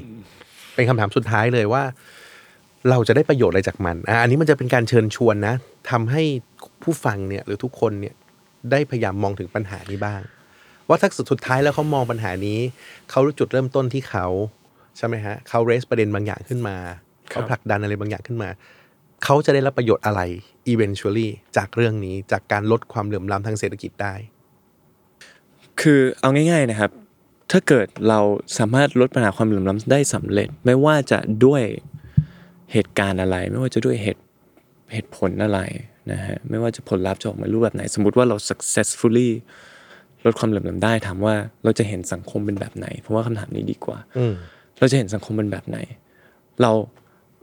[SPEAKER 2] เป็นคำถามสุดท้ายเลยว่า เราจะได้ประโยชน์อะไรจากมันอ่ะอันนี้มันจะเป็นการเชิญชวนนะทำให้ผู้ฟังเนี่ยหรือทุกคนเนี่ยได้พยายามมองถึงปัญหานี้บ้าง ว่าถ้าสุดท้ายแล้วเขามองปัญหานี้เขารู้จุดเริ่มต้นที่เขาใช่ไหมฮะเขาเรสประเด็นบางอย่างขึ้นมาเขาผลักดันอะไรบางอย่างขึ้นมา เขาจะได้รับประโยชน์อะไร eventually จากเรื่องนี้จากการลดความเหลื่อมล้ำทางเศรษฐกิจได้
[SPEAKER 3] คือเอาง่ายๆนะครับ ถ้าเกิดเราสามารถลดปัญหาความเหลื่อมล้ำได้สำเร็จ ไม่ว่าจะด้วยเหตุการณ์อะไร ไม่ว่าจะด้วยเหตุเหตุผลอะไรนะฮะไม่ว่าจะผลลัพธ์จะออกมารูปแบบไหน สมมติว่าเรา successfully ลดความเหลื่อมล้ำได้ถามว่าเราจะเห็นสังคมเป็นแบบไหน เพราะว่าคำถามนี้ดีกว่าเราจะเห็นสังคมเป็นแบบไหน เรา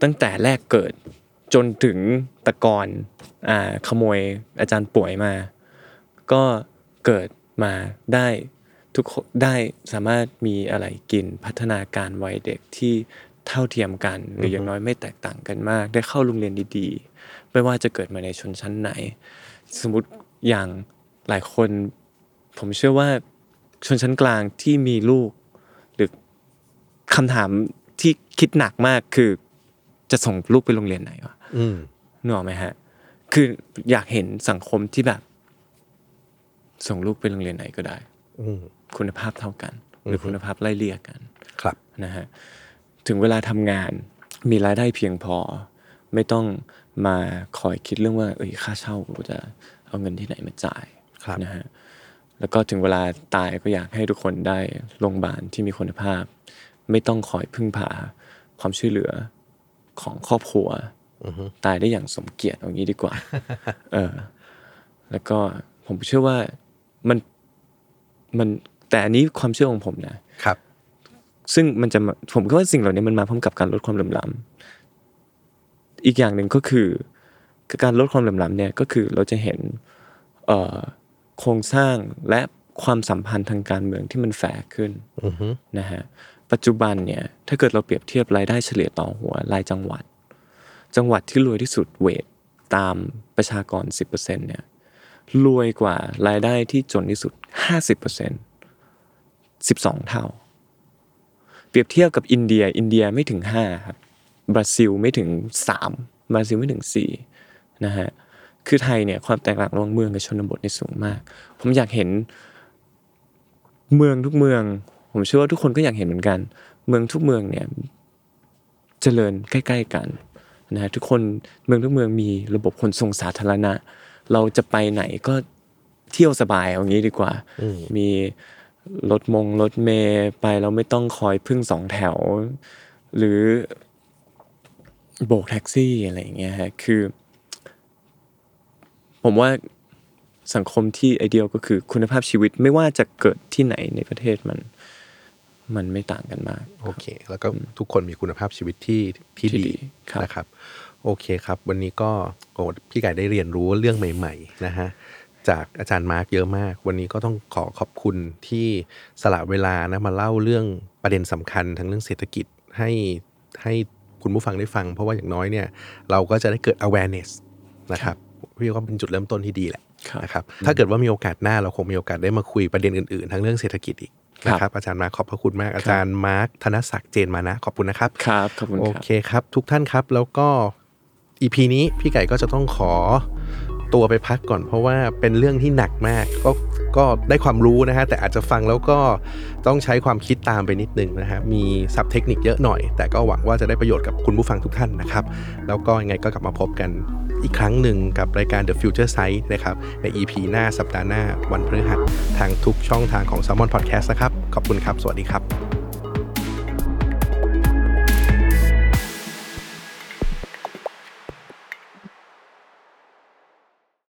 [SPEAKER 3] ตั้งแต่แรกเกิดจนถึงตะกอนอ่าขโมยอาจารย์ป่วยมา ก็เกิดมาได้ทุกคนได้สามารถมีอะไรกินพัฒนาการวัยเด็กที่เท่าเทียมกัน หรืออย่างน้อยไม่แตกต่างกันมาก ได้เข้าโรงเรียนดีๆ ไม่ว่าจะเกิดมาในชนชั้นไหน สมมติอย่างหลายคน ผมเชื่อว่าชนชั้นกลางที่มีลูก หรือคำถามที่คิดหนักมากคือจะส่งลูกไปโรงเรียนไหนวะ
[SPEAKER 2] อืม
[SPEAKER 3] นึกออกไหมฮะ คืออยากเห็นสังคมที่แบบ ส่งลูกไปโรงเรียนไหนก็ได้
[SPEAKER 2] อืม
[SPEAKER 3] คุณภาพเท่ากัน หรือคุณภาพไล่เลี่ยกัน
[SPEAKER 2] ครับ
[SPEAKER 3] นะฮะถึงเวลาทำงานมีรายได้เพียงพอ ไม่ต้องมาคอยคิดเรื่องว่า เอ้ยค่าเช่ากูจะเอาเงินที่ไหนมาจ่าย
[SPEAKER 2] ครับ
[SPEAKER 3] นะฮะแล้วก็ถึงเวลาตายก็อยากให้ทุกคนได้โรงพยาบาลที่มีคุณภาพ ไม่ต้องคอยพึ่งพาความช่วยเหลือของครอบครัวตายได้อย่างสมเกียรติเอางี้ดี กว่า เออ แล้วก็ผมเชื่อว่ามันมันแต่อันนี้ความเชื่อของผมนะ
[SPEAKER 2] ครับ
[SPEAKER 3] ซึ่งมันจะมาผมคิดว่าสิ่งเหล่านี้มันมาพร้อมกับการลดความเหลื่อมล้ำอีกอย่างหนึ่งก็คือการลดความเหลื่อมล้ำเนี่ยก็คือเราจะเห็นเอ่อโครงสร้างและความสัมพันธ์ทางการเมืองที่มันแฝงขึ้นนะฮะปัจจุบันเนี่ยถ้าเกิดเราเปรียบเทียบรายได้เฉลี่ยต่อหัวรายจังหวัด จังหวัดที่รวยที่สุดเวทตามประชากร 10%เนี่ยรวยกว่ารายได้ที่จนที่สุด 50% 12 เท่า เปรียบเทียบกับอินเดีย อินเดียไม่ถึงห้าครับ บราซิลไม่ถึงสามบราซิลไม่ถึงสี่นะฮะ คือไทยเนี่ยความแตกต่างระหว่างเมืองกับชนบทในยสูงมาก ผมอยากเห็น เมืองทุกเมือง ผมเชื่อว่าทุกคนก็อยากเห็นเหมือนกัน เมืองทุกเมืองเนี่ย เจริญใกล้ ๆ กันนะฮะทุกคนเมืองทุกเมืองมีระบบขนส่งสาธารณะ เราจะไปไหนก็เที่ยวสบายเอางี้ดีกว่า มีรถมงรถเมย์ไปเราไม่ต้องคอยพึ่งสองแถว หรือโบกแท็กซี่อะไรอย่างเงี้ยฮะคือ ผมว่า สังคมที่ไอเดียลก็คือคุณภาพชีวิตไม่ว่าจะเกิดที่ไหนในประเทศมัน มันไม่ต่างกันมาก
[SPEAKER 2] โอเค แล้วก็ทุกคนมีคุณภาพชีวิตที่ที่
[SPEAKER 3] ที่ดี
[SPEAKER 2] ดี
[SPEAKER 3] ครับ
[SPEAKER 2] นะครับ โอเคครับ วันนี้ก็โอ้พี่ไก่ได้เรียนรู้เรื่องใหม่ๆนะฮะจากอาจารย์มาร์กเยอะมาก วันนี้ก็ต้องขอขอบคุณที่สละเวลานะมาเล่าเรื่องประเด็นสำคัญทั้งเรื่องเศรษฐกิจให้ให้คุณผู้ฟังได้ฟัง เพราะว่าอย่างน้อยเนี่ยเราก็จะได้เกิด awareness นะครับพี่ก็เป็นจุดเริ่มต้นที่ดีแหละ
[SPEAKER 3] ครับ
[SPEAKER 2] นะครับถ้าเกิดว่ามีโอกาสหน้าเราคงมีโอกาสได้มาคุยประเด็นอื่นๆ ทั้งเรื่องเศรษฐกิจอีก
[SPEAKER 3] ครับ
[SPEAKER 2] นะครับอาจารย์มาร์คขอบพระคุณมากอาจารย์มาร์คธนศักดิ์เจนมานะ ขอบคุณนะครับ
[SPEAKER 3] ครับขอบคุณ
[SPEAKER 2] โอ
[SPEAKER 3] ครับ
[SPEAKER 2] เคครับ ทุกท่านครับแล้วก็ EP นี้พี่ไก่ก็จะต้องขอตัวไปพักก่อน เพราะว่าเป็นเรื่องที่หนักมากก็ก็ได้ความรู้นะฮะแต่อาจจะฟังแล้วก็ต้องใช้ความคิดตามไปนิดนึงนะฮะมีศัพท์เทคนิคเยอะหน่อย แต่ก็หวังว่าจะได้ประโยชน์กับคุณผู้ฟังทุกท่านนะครับ แล้วก็ยังไงก็กลับมาพบกันอีกครั้งหนึ่งกับรายการ The Future Site นะครับใน EP หน้าสัปดาห์หน้าวันพฤหัสทางทุกช่องทางของ s ซ l m o n Podcast นะครับขอบคุณครับ สวัสดีครับ